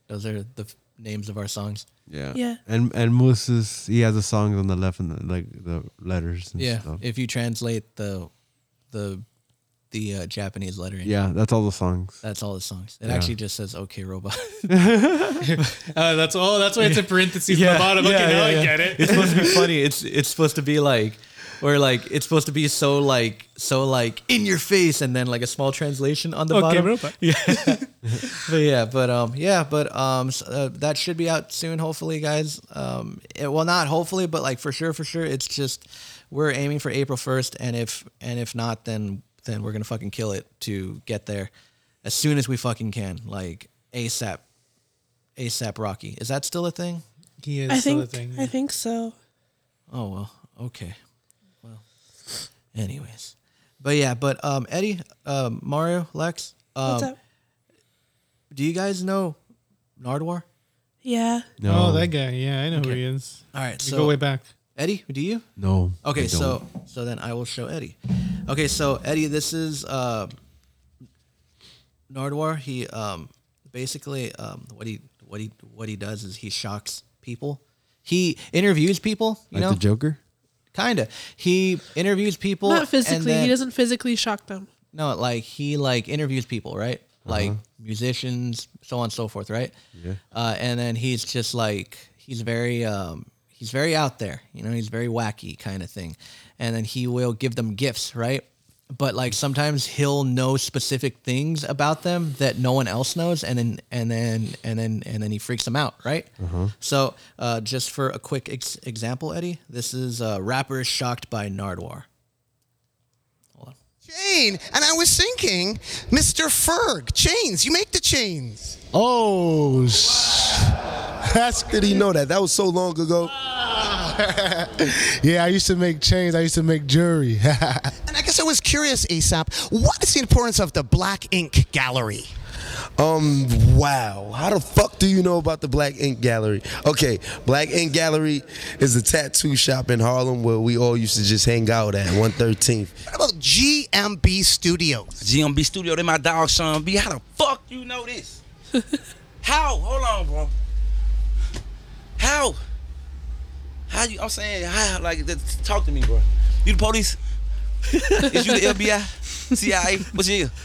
Speaker 2: Those are the f- names of our songs.
Speaker 7: Yeah.
Speaker 8: Yeah.
Speaker 7: And and Moose is he has the songs on the left and the, like the letters and
Speaker 2: Yeah,
Speaker 7: stuff.
Speaker 2: if you translate the the the uh, Japanese lettering,
Speaker 7: yeah, that's all the songs.
Speaker 2: that's all the songs. It
Speaker 7: Yeah.
Speaker 2: actually just says "Okay, robot."
Speaker 1: Uh, that's oh, that's why it's in parentheses at the bottom. okay, now I get it.
Speaker 2: It's supposed to be funny. It's it's supposed to be like, or like it's supposed to be so like so like in your face, and then like a small translation on the
Speaker 1: Okay,
Speaker 2: bottom.
Speaker 1: robot.
Speaker 2: but yeah, but um, yeah, but um, s uh, that should be out soon, hopefully, guys. Um, it, well, not hopefully, but like for sure, for sure, it's just we're aiming for April first, and if and if not, then then we're gonna fucking kill it to get there as soon as we fucking can, like ASAP, ASAP Rocky. Is that still a thing?
Speaker 1: He is
Speaker 8: I
Speaker 1: still a
Speaker 8: think
Speaker 1: thing.
Speaker 8: I think so.
Speaker 2: Oh well, okay. Well, anyways, but yeah, but um, Eddie, um, Mario, Lex, um,
Speaker 8: What's up?
Speaker 2: do you guys know Nardwar?
Speaker 8: Yeah.
Speaker 7: No,
Speaker 1: Oh, that guy. Yeah, I know who he is.
Speaker 2: All right,
Speaker 1: You
Speaker 2: so
Speaker 1: go way back.
Speaker 2: Eddie, do you?
Speaker 7: no.
Speaker 2: Okay,
Speaker 7: I don't.
Speaker 2: so so then I will show Eddie. Okay, so Eddie, this is uh, Nardwar. He um, basically um, what he what he what he does is he shocks people. He interviews people, you
Speaker 7: like
Speaker 2: know,
Speaker 7: the Joker.
Speaker 2: kinda. He interviews people.
Speaker 8: Not
Speaker 2: and
Speaker 8: physically.
Speaker 2: then-
Speaker 8: he doesn't physically shock them.
Speaker 2: No, like he like interviews people, right? Like musicians, so on and so forth, right? Yeah. Uh, and then he's just like he's very um he's very out there, you know, he's very wacky kind of thing. And then he will give them gifts, right? but like sometimes he'll know specific things about them that no one else knows and then and then and then and then he freaks them out right so uh, just for a quick ex- example eddie this is uh, rapper shocked by nardwar
Speaker 9: Chain, and I was thinking, Mr. Ferg, chains, you make the chains.
Speaker 10: Oh, sh- that's good. He know that. That was so long ago. yeah, I used to make chains. I used to make jewelry.
Speaker 9: And I guess I was curious, Aesop, what is the importance of the Black Ink Gallery?
Speaker 10: Um, wow. How the fuck do you know about the Black Ink Gallery? Okay, Black Ink Gallery is a tattoo shop in Harlem where we all used to just hang out at 113th.
Speaker 9: What about GMB Studios?
Speaker 11: GMB Studio, they my dog Sean B. How the fuck you know this? How? Hold on, bro. How? How you? I'm saying, how? Like, just talk to me, bro. You the police? Is you the FBI? CIA? What's your? deal?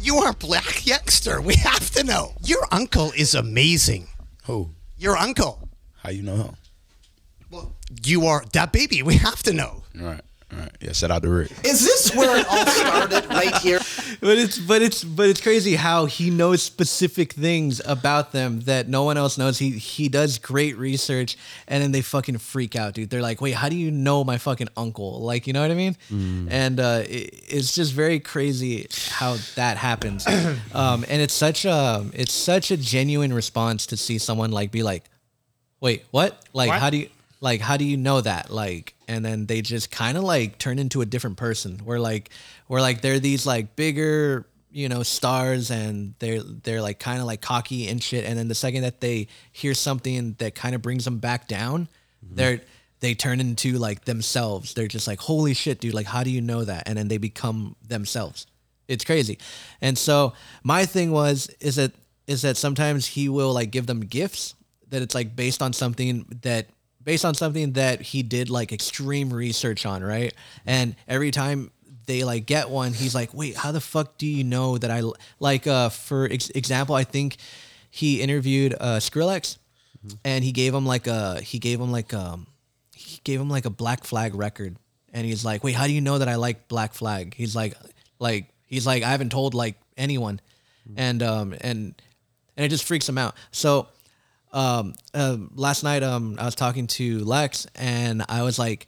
Speaker 9: You are a black youngster. We have to know. Your uncle is amazing.
Speaker 11: Who?
Speaker 9: Your uncle.
Speaker 11: How you know him?
Speaker 9: Well, you are that baby. We have to know.
Speaker 11: All right, all right. Yeah, shout out to Rick.
Speaker 9: Is this where it all started?
Speaker 3: Right here.
Speaker 2: but it's but it's but it's crazy how he knows specific things about them that no one else knows. He he does great research, and then they fucking freak out, dude. They're like, "Wait, how do you know my fucking uncle?" Like, you know what I mean? And uh, it, it's just very crazy how that happens. um, and it's such a it's such a genuine response to see someone like be like, "Wait, what? Like,
Speaker 1: What?
Speaker 2: how do you?" Like, how do you know that? Like, and then they just kind of like turn into a different person. Where like, where like they're these like bigger, you know, stars, and they're they're like kind of like cocky and shit. And then the second that they hear something that kind of brings them back down, they're they turn into like themselves. They're just like, holy shit, dude! Like, how do you know that? And then they become themselves. It's crazy. And so my thing was is that is that sometimes he will like give them gifts that it's like based on something that based on something that he did like extreme research on, right? And every time they like get one, he's like, "Wait, how the fuck do you know that I l-" like uh for ex- example, I think he interviewed uh Skrillex and he gave him like a he gave him like um he gave him like a black flag record and he's like wait how do you know that i like black flag he's like like he's like i haven't told like anyone and um and and it just freaks him out so um, um last night um i was talking to lex and i was like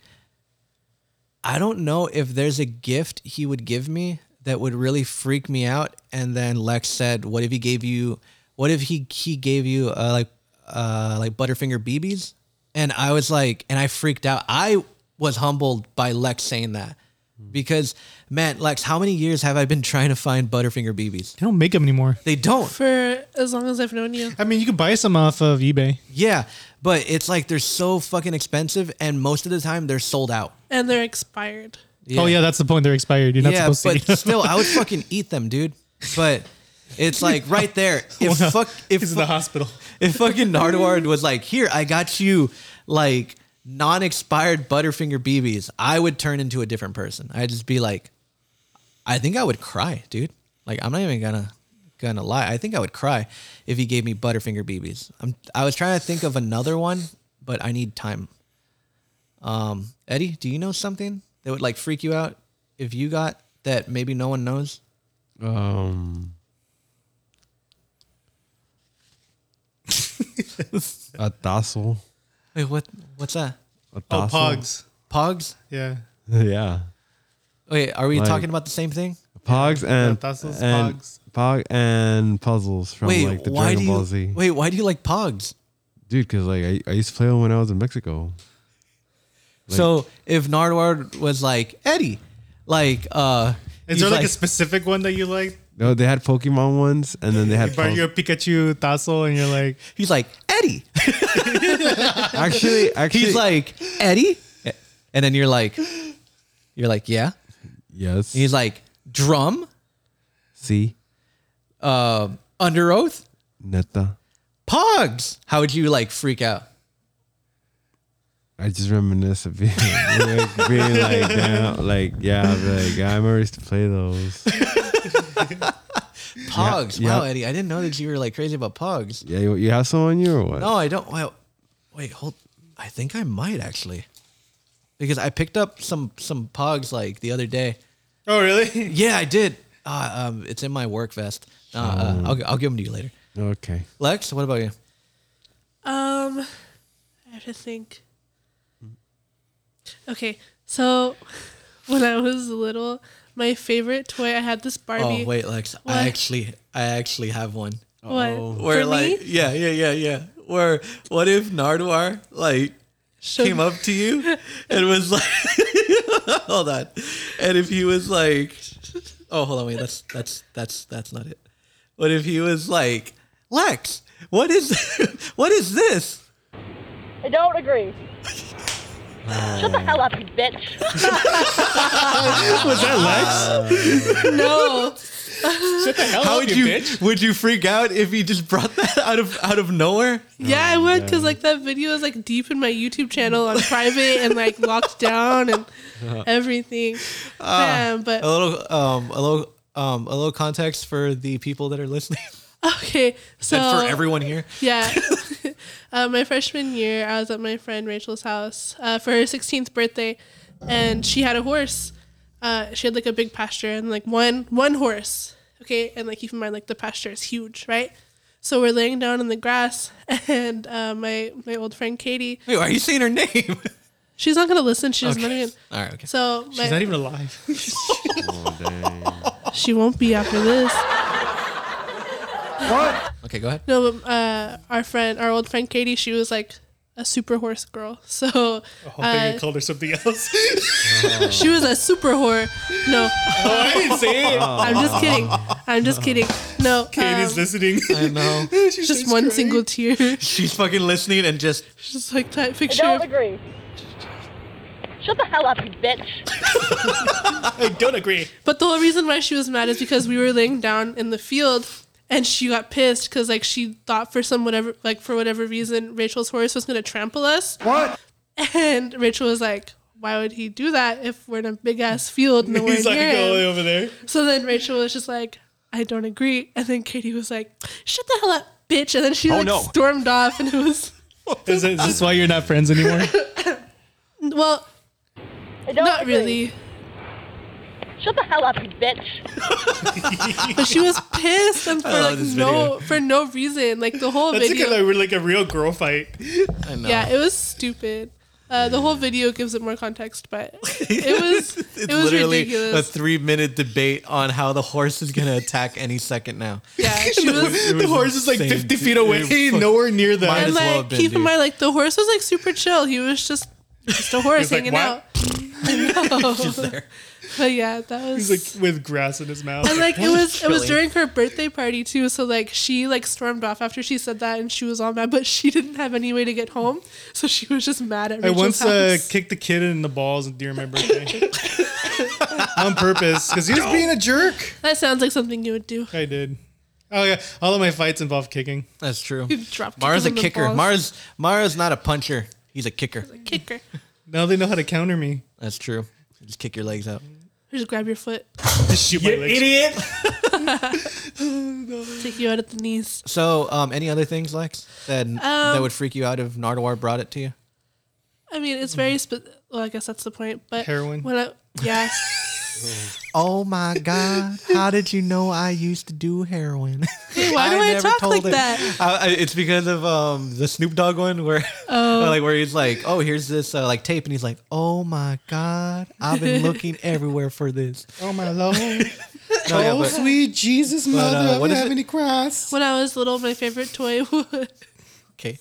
Speaker 2: i don't know if there's a gift he would give me that would really freak me out and then lex said what if he gave you what if he he gave you uh, like uh like butterfinger bb's and I was like, and I freaked out. I was humbled by Lex saying that because, man, Lex, how many years have I been trying to find Butterfinger BBs?
Speaker 1: They don't make them anymore.
Speaker 2: They don't.
Speaker 8: For as long as I've known you.
Speaker 1: I mean, you can buy some off of eBay.
Speaker 2: Yeah, but it's like they're so fucking expensive, and most of the time they're sold out.
Speaker 8: And they're expired.
Speaker 1: Oh yeah, that's the point. They're expired. You're not
Speaker 2: yeah,
Speaker 1: supposed to.
Speaker 2: but
Speaker 1: eat them.
Speaker 2: still, I would fucking eat them, dude. But it's like right there. If
Speaker 1: Well,
Speaker 2: fuck, if
Speaker 1: He's in
Speaker 2: fu-
Speaker 1: the hospital.
Speaker 2: if fucking Nardward was like, here, I got you like non-expired Butterfinger BBs, I would turn into a different person. I'd just be like, I think I would cry, dude. Like I'm not even gonna gonna lie. I think I would cry if he gave me Butterfinger BBs. I'm I was trying to think of another one, but I need time. Um, Eddie, do you know something that would like freak you out if you got that maybe no one knows?
Speaker 7: Um. a tassel.
Speaker 2: Wait, what what's that?
Speaker 7: A
Speaker 1: Oh,
Speaker 7: tassel.
Speaker 1: pogs.
Speaker 2: Pogs?
Speaker 1: Yeah.
Speaker 7: yeah.
Speaker 2: Wait, are we
Speaker 7: Like-
Speaker 2: talking about the same thing?
Speaker 7: Pogs and
Speaker 1: tassels,
Speaker 7: and
Speaker 1: pogs.
Speaker 7: pog and puzzles from like the Dragon
Speaker 2: do you,
Speaker 7: Ball Z.
Speaker 2: Wait, why do you like Pogs?
Speaker 7: Dude, because like I, I used to play them when I was in Mexico.
Speaker 2: so if Nardwar was like Eddie, like uh,
Speaker 1: Is
Speaker 2: he's
Speaker 1: there like, a specific one that you like?
Speaker 7: No, they had Pokemon ones, and then they had.
Speaker 1: You buy
Speaker 7: Pog-
Speaker 1: your Pikachu tassel and you're like,
Speaker 2: he's like Eddie.
Speaker 7: actually, actually,
Speaker 2: He's like Eddie, and then you're like, you're like yeah.
Speaker 7: yes.
Speaker 2: He's like drum,
Speaker 7: see,
Speaker 2: um, under oath,
Speaker 7: neta.
Speaker 2: Pogs. How would you like freak out?
Speaker 7: I just reminisce of being like, being like, damn, like yeah, like I remember I used to play those.
Speaker 2: Pogs.
Speaker 7: yeah.
Speaker 2: Wow, Eddie, I didn't know that you were like crazy about Pogs.
Speaker 7: Yeah, you, you have some on you or what?
Speaker 2: No, I don't. Wow. Wait, hold. I think I might actually, because I picked up some some pogs like the other day,
Speaker 1: Oh, really?
Speaker 2: yeah, I did. Uh, um, it's in my work vest. Uh, uh, I'll, I'll give them to you later.
Speaker 7: Okay.
Speaker 2: Lex, what about you?
Speaker 8: Um, I have to think.
Speaker 2: Mm-hmm.
Speaker 8: Okay, so when I was little, my favorite toy I had this
Speaker 2: Oh
Speaker 8: Barbie.
Speaker 2: wait, Lex,
Speaker 8: What?
Speaker 2: I actually, I actually have one.
Speaker 8: What? Uh-oh.
Speaker 2: Where
Speaker 8: For
Speaker 2: like,
Speaker 8: me?
Speaker 2: yeah, yeah, yeah, yeah. Where what if Nardwar like
Speaker 8: Showed-
Speaker 2: came up to you and was like, hold on, and if he was like, oh, hold on, wait, that's that's that's that's not it. What if he was like, Lex, what is what is this?
Speaker 12: I don't agree. Shut the hell up, you bitch.
Speaker 2: Was that Lex?
Speaker 8: no.
Speaker 2: Shut the hell Uh, How would you would you freak out if he just brought that out of out of nowhere?
Speaker 8: Yeah, I would, cause like that video is like deep in my YouTube channel on private and like locked down and everything.
Speaker 2: Ah,
Speaker 8: Man, but
Speaker 2: a little um a little um a little context for the people that are listening
Speaker 8: okay, so
Speaker 2: and for everyone here.
Speaker 8: Yeah. uh, my freshman year, I was at my friend Rachel's house uh, for her 16th birthday, and she had a horse. Uh, she had like a big pasture and like one one horse. Okay, and like keep in mind, like the pasture is huge, right? So we're laying down in the grass, and uh, my my old friend Katie.
Speaker 2: Wait, are you saying her name?
Speaker 8: She's not gonna listen. She's
Speaker 2: Okay.
Speaker 8: not even.
Speaker 2: All right, okay.
Speaker 8: So my,
Speaker 1: She's not even alive.
Speaker 8: she won't be after this.
Speaker 2: What? Okay, go ahead.
Speaker 8: No, but uh, our friend, our old friend Katie, she was like a super horse girl. So
Speaker 1: I think
Speaker 8: uh,
Speaker 1: you called her something else.
Speaker 8: she was a super whore. No,
Speaker 1: Oh, I didn't say it.
Speaker 8: I'm just kidding. I'm just kidding. No,
Speaker 1: Katie's
Speaker 8: um,
Speaker 1: listening.
Speaker 2: I know.
Speaker 8: just one single tear.
Speaker 2: She's fucking listening and just
Speaker 8: Just like that picture.
Speaker 12: I
Speaker 8: of-
Speaker 12: don't agree. Shut the hell up, you bitch.
Speaker 1: I don't agree.
Speaker 8: But the whole reason why she was mad is because we were laying down in the field and she got pissed because like she thought for some whatever like for whatever reason Rachel's horse was gonna trample us. What? And Rachel was like, Why would he do that if we're in a big ass field and we're
Speaker 1: He's like, "Oh,
Speaker 8: near
Speaker 1: go
Speaker 8: him?
Speaker 1: over there.
Speaker 8: So then Rachel was just like, I don't agree. And then Katie was like, Shut the hell up, bitch. And then she
Speaker 1: Oh,
Speaker 8: like
Speaker 1: no.
Speaker 8: stormed off and it was
Speaker 1: Is, it, is this why you're not friends anymore?
Speaker 8: well not really.
Speaker 12: Shut the hell up, you bitch.
Speaker 8: but she was pissed and for
Speaker 1: I love
Speaker 8: like
Speaker 1: this
Speaker 8: no
Speaker 1: video.
Speaker 8: for no reason. Like the whole
Speaker 1: That's
Speaker 8: video.
Speaker 1: like a, like a real girl fight.
Speaker 2: I
Speaker 8: Yeah, it was stupid. Uh, the whole video gives it more context, but it was it
Speaker 2: It's
Speaker 8: was
Speaker 2: literally a
Speaker 8: ridiculous.
Speaker 2: three minute debate on how the horse is gonna attack any second now.
Speaker 8: Yeah, she was.
Speaker 1: the horse is like 50 feet away, nowhere near them.
Speaker 2: Might
Speaker 8: And
Speaker 2: as well have
Speaker 8: like,
Speaker 2: been,
Speaker 8: keep in
Speaker 2: dude.
Speaker 8: mind, like the horse was like super chill. He was just just a horse
Speaker 1: like,
Speaker 8: hanging
Speaker 1: "What?"
Speaker 8: out. I know.
Speaker 1: Just there.
Speaker 8: But yeah, that was.
Speaker 1: He's like with grass in his mouth.
Speaker 8: and like it was it was during her birthday party too so like she like stormed off after she said that and she was all mad but she didn't have any way to get home so she was just mad at
Speaker 1: I
Speaker 8: Rachel's
Speaker 1: once
Speaker 8: house.
Speaker 1: uh, kicked the kid in the balls during my birthday on purpose because he was being a jerk.
Speaker 8: that sounds like something you would do
Speaker 1: I did. Oh yeah, all of my fights involve kicking.
Speaker 2: That's true.
Speaker 8: You drop
Speaker 2: Mara's a
Speaker 8: kick him in the
Speaker 2: kicker.
Speaker 8: balls.
Speaker 2: Mara's Mara's not a puncher. He's a kicker.
Speaker 8: kicker
Speaker 1: Now they know how to counter me.
Speaker 2: That's true. Just kick your legs out.
Speaker 8: just grab your foot
Speaker 1: Just shoot my legs.
Speaker 2: Idiot.
Speaker 8: take you out at the knees
Speaker 2: So, um, any other things, Lex, that that
Speaker 8: Um,
Speaker 2: would freak you out if Nardwar brought it to you?
Speaker 8: i mean it's very spe- well i guess that's the point but
Speaker 2: Heroin?
Speaker 8: when i yeah
Speaker 2: Oh my God! How did you know I used to do heroin?
Speaker 8: hey why do i,
Speaker 2: never
Speaker 8: talk
Speaker 2: told
Speaker 8: like
Speaker 2: it.
Speaker 8: that
Speaker 2: I, I, it's because of um the Snoop Dogg one where
Speaker 8: Oh.
Speaker 2: like where he's like, oh, here's this uh, like tape, and he's like, oh my god, I've been looking everywhere for this.
Speaker 1: Oh my lord!
Speaker 2: No, yeah,
Speaker 1: oh
Speaker 2: but-
Speaker 1: sweet Jesus,
Speaker 2: But,
Speaker 1: mother,
Speaker 2: uh,
Speaker 1: I
Speaker 2: what
Speaker 1: don't
Speaker 2: is
Speaker 1: have
Speaker 2: it?
Speaker 1: any cross.
Speaker 8: when i was little my favorite toy was
Speaker 2: Okay,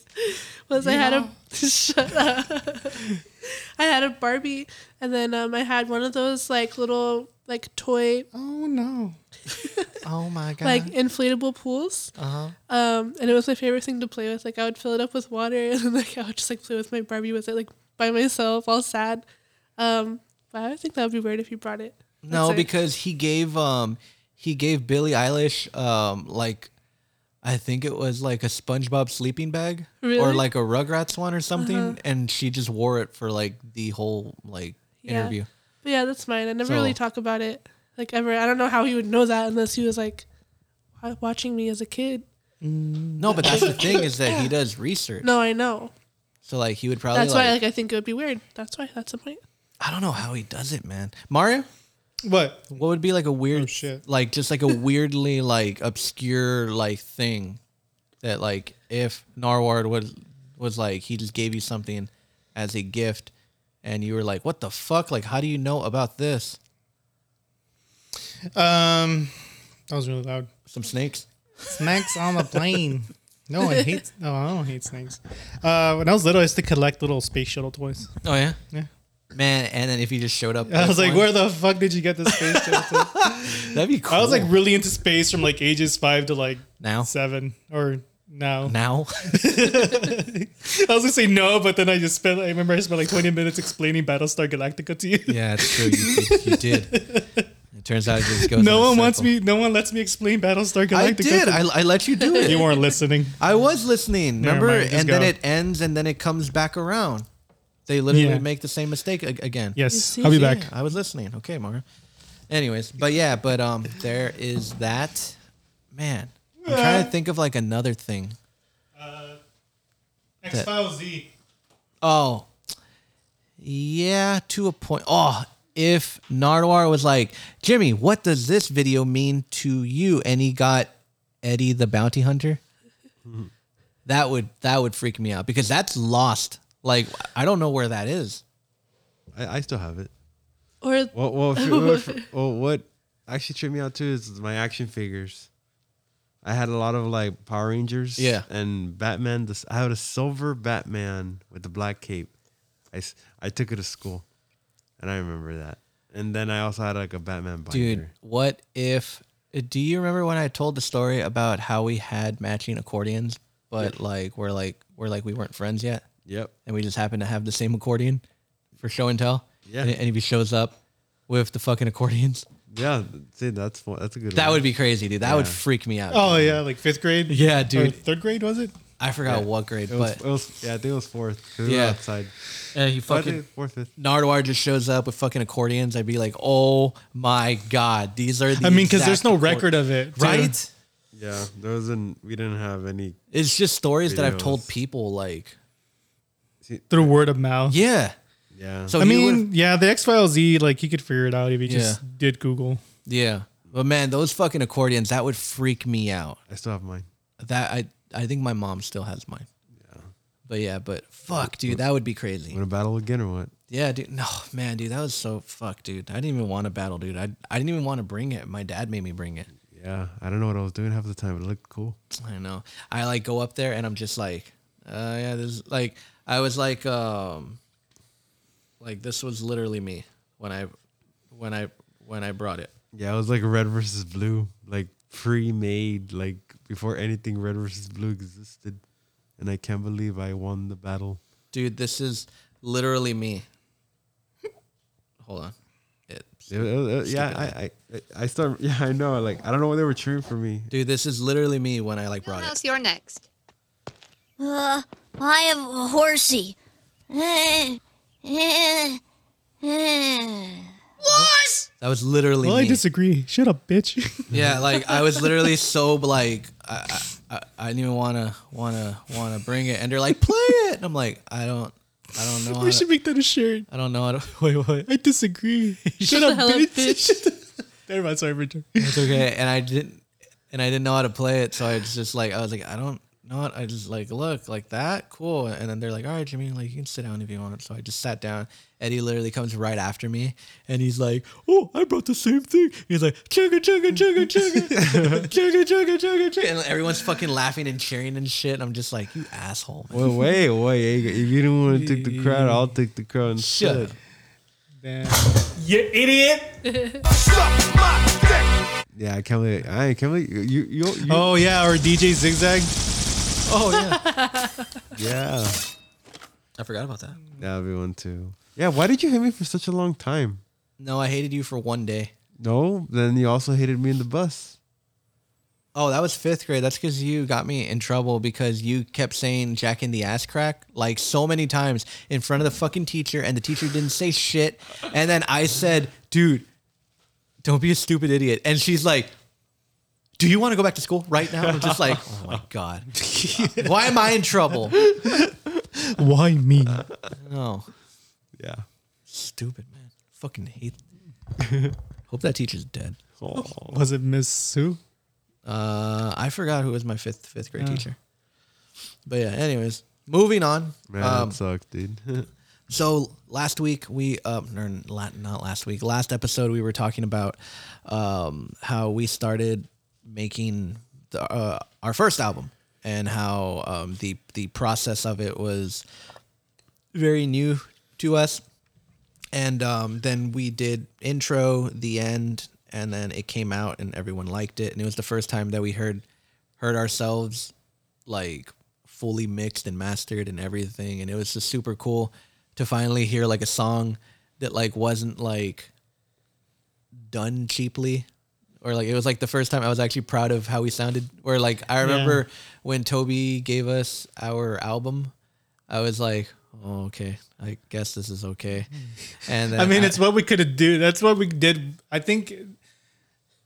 Speaker 8: was I had a shut up. I had a Barbie, and then um, I had one of those like little like toy.
Speaker 1: Oh no!
Speaker 2: oh my god,
Speaker 8: Like inflatable pools,
Speaker 2: uh-huh.
Speaker 8: um, and it was my favorite thing to play with. Like I would fill it up with water, and then like I would just like play with my Barbie with it, like by myself, all sad. Um, but I would think that would be weird if you brought it.
Speaker 2: No,
Speaker 8: That's it.
Speaker 2: because he gave um he gave Billie Eilish um like I think it was like a SpongeBob sleeping bag or
Speaker 8: Really?
Speaker 2: like a Rugrats one or something,
Speaker 8: Uh-huh.
Speaker 2: and she just wore it for like the whole like
Speaker 8: Yeah.
Speaker 2: interview.
Speaker 8: But yeah, that's mine. I never
Speaker 2: So-
Speaker 8: really talk about it, like ever. I don't know how he would know that unless he was like wa- watching me as a kid.
Speaker 2: No, but that's the thing is that he does research.
Speaker 8: No, I know.
Speaker 2: So like he would probably
Speaker 8: that's
Speaker 2: like,
Speaker 8: why like I think it would be weird. That's why. That's the point.
Speaker 2: I don't know how he does it, man. Mario,
Speaker 1: What?
Speaker 2: What would be like
Speaker 1: Oh,
Speaker 2: a weird shit? Like just like a weirdly like obscure like thing that like if Narwhal was was like he just gave you something as a gift and you were like, What the fuck? Like how do you know about this?
Speaker 1: Um that was really loud.
Speaker 2: Some snakes.
Speaker 1: Snakes on the plane. No one hates no, I don't hate snakes. Uh when I was little I used to collect little space shuttle toys.
Speaker 2: Oh yeah?
Speaker 1: Yeah.
Speaker 2: Man, and then if he just showed up
Speaker 1: I was
Speaker 2: with
Speaker 1: like,
Speaker 2: one-
Speaker 1: where the fuck did you get this space shuttle?
Speaker 2: That'd be
Speaker 1: I was like
Speaker 2: cool.
Speaker 1: really into space from like ages five to like
Speaker 2: Now?
Speaker 1: seven or now.
Speaker 2: Now?
Speaker 1: I was gonna say no, but then I just spent. I remember I spent like twenty minutes explaining Battlestar Galactica to you.
Speaker 2: Yeah, it's true. You, did- you did. It turns out it just goes.
Speaker 1: no
Speaker 2: in a
Speaker 1: one wants
Speaker 2: circle.
Speaker 1: me. No one lets me explain Battlestar Galactica.
Speaker 2: I did. I, I let you do it.
Speaker 1: You weren't listening.
Speaker 2: I was listening.
Speaker 1: Never
Speaker 2: Remember?
Speaker 1: mind, just
Speaker 2: and then
Speaker 1: go.
Speaker 2: it ends, and then it comes back around. They literally
Speaker 1: Yeah.
Speaker 2: make the same mistake ag- again.
Speaker 1: Yes, You see? I'll be back.
Speaker 2: Yeah, I was listening. Okay, Mario. Anyways, but yeah, but um, there is that. Man, I'm trying to think of like another thing. that-
Speaker 1: Uh, X File Z.
Speaker 2: Oh, yeah, to a point. Oh, if Nardwar was like, Jimmy, what does this video mean to you? And he got Eddie the Bounty Hunter. That would that would freak me out because that's lost. Like I don't know where that is.
Speaker 7: I, I still have it.
Speaker 8: Or
Speaker 7: Well, well, if you- well, if- well, what actually tripped me out too is my action figures. I had a lot of like Power Rangers,
Speaker 2: Yeah.
Speaker 7: and Batman. This I had a silver Batman with the black cape. I, s- I took it to school, and I remember that. And then I also had like a Batman binder.
Speaker 2: Dude, what if uh, do you remember when I told the story about how we had matching accordions, but like we're like we're like we weren't friends yet?
Speaker 7: Yep.
Speaker 2: And we just happened to have the same accordion for show and tell.
Speaker 7: Yeah.
Speaker 2: And, and he shows up with the fucking accordions.
Speaker 7: Yeah, see, that's fu- that's a good.
Speaker 2: That
Speaker 7: one.
Speaker 2: would be crazy, dude. That would
Speaker 7: Yeah.
Speaker 2: freak me out.
Speaker 1: Oh yeah, like fifth grade.
Speaker 2: Yeah,
Speaker 1: Or
Speaker 2: dude.
Speaker 1: third grade was it?
Speaker 2: I forgot
Speaker 7: Yeah.
Speaker 2: what grade,
Speaker 7: It was-
Speaker 2: but
Speaker 7: it was- yeah, I think it was fourth. 'cause we were
Speaker 2: yeah,
Speaker 7: outside.
Speaker 2: And he
Speaker 7: So I think
Speaker 2: fucking
Speaker 7: fourth, fifth.
Speaker 2: Nardwar just shows up with fucking accordions. I'd be like, oh my god, these are. The
Speaker 1: I mean, because
Speaker 2: exact
Speaker 1: there's no
Speaker 2: accord-
Speaker 1: record of it, too.
Speaker 2: right?
Speaker 7: Yeah, there wasn't. We didn't have any.
Speaker 2: It's just stories that I've
Speaker 7: videos.
Speaker 2: told people, like,
Speaker 1: Through word of mouth.
Speaker 2: yeah,
Speaker 7: Yeah.
Speaker 2: So
Speaker 1: I
Speaker 2: he
Speaker 1: mean, yeah, the X File Z, like you could figure it out if you
Speaker 2: Yeah.
Speaker 1: just did Google.
Speaker 2: yeah. But man, those fucking accordions that would freak me out.
Speaker 7: I still have mine.
Speaker 2: That I I think my mom still has mine. Yeah. But yeah, but fuck, dude, that would be crazy.
Speaker 7: Want to battle again or what?
Speaker 2: Yeah, dude. No, man, dude, that was so fuck, dude. I didn't even want to battle, dude. I I didn't even want to bring it. My dad made me bring it.
Speaker 7: Yeah, I don't know what I was doing half the time. But it looked cool.
Speaker 2: I know. I like go up there and I'm just like, uh, yeah, this is like I was like, um, like this was literally me when I, when I, when I brought it.
Speaker 7: Yeah, it was like red versus blue, like pre-made, like before anything red versus blue existed, and I can't believe I won the battle.
Speaker 2: Dude, this is literally me. Hold on. It,
Speaker 7: It- it- it- yeah, I, I, I start. Yeah, I know. Like I don't know why they were cheering for me.
Speaker 2: Dude, this is literally me when I like brought it.
Speaker 13: Else you're next. Uh, I have a horsey. Was?
Speaker 2: That was literally
Speaker 1: Well, I
Speaker 2: me.
Speaker 1: disagree. Shut up, bitch.
Speaker 2: Yeah, like I was literally so like I I, I- I didn't even wanna wanna wanna bring it, and they're like, play it, and I'm like, I don't I don't know. How
Speaker 1: we should
Speaker 2: to,
Speaker 1: make that a shirt.
Speaker 2: I don't know. How to, wait, what?
Speaker 1: I disagree. Shut
Speaker 2: the
Speaker 1: up,
Speaker 2: hell up,
Speaker 1: bitch. Never mind. Sorry, Richard.
Speaker 2: It's okay, and I didn't and I didn't know how to play it, so I was just like I was like I don't know. How, I just like look like that, cool, and then they're like, all right, Jimmy, like you can sit down if you want. So I just sat down. Eddie literally comes right after me, and he's like, oh, I brought the same thing. He's like, chugga chugga chugga chugga chugga chugga chugga chugga, and everyone's fucking laughing and cheering and shit. And I'm just like, you asshole. man."
Speaker 7: Well, wait, wait. If you didn't want to take the crown, I'll take the crown
Speaker 2: Shut
Speaker 7: instead.
Speaker 1: You idiot.
Speaker 7: Yeah, I can't believe. I can't believe you. you, you
Speaker 1: Oh yeah, or DJ Zigzag.
Speaker 2: Oh yeah.
Speaker 7: yeah,
Speaker 2: I forgot about that.
Speaker 7: that would be one too. Yeah, why did you hate me for such a long time?
Speaker 2: No, I hated you for one day.
Speaker 7: No, then you also hated me in the bus.
Speaker 2: Oh, that was fifth grade. That's because you got me in trouble because you kept saying Jack in the ass crack like so many times in front of the fucking teacher, and the teacher didn't say shit. And then I said, dude, don't be a stupid idiot. And she's like, do you want to go back to school right now? I'm just like, oh my God. Why am I in trouble?
Speaker 1: Why me?
Speaker 2: No.
Speaker 7: Yeah.
Speaker 2: Stupid, man. Fucking hate. Hope that teacher's dead.
Speaker 7: Oh.
Speaker 1: Was it Miss Sue?
Speaker 2: Uh, I forgot who was my fifth fifth grade teacher. But yeah, anyways, moving on.
Speaker 7: Man,
Speaker 2: Um,
Speaker 7: that sucks, dude.
Speaker 2: so last week we uh, or la- not last week, last episode we were talking about um, how we started making the, uh, our first album and how um, the the process of it was very new to us. And um, then we did intro, the end, and then it came out and everyone liked it. And it was the first time that we heard heard ourselves like fully mixed and mastered and everything. And it was just super cool to finally hear like a song that like wasn't like done cheaply. Or like it was like the first time I was actually proud of how we sounded. Or like I
Speaker 1: Yeah.
Speaker 2: remember when Toby gave us our album, I was like, oh, okay, I guess this is okay. And then
Speaker 1: I mean, it's what we could have do. That's what we did. I think,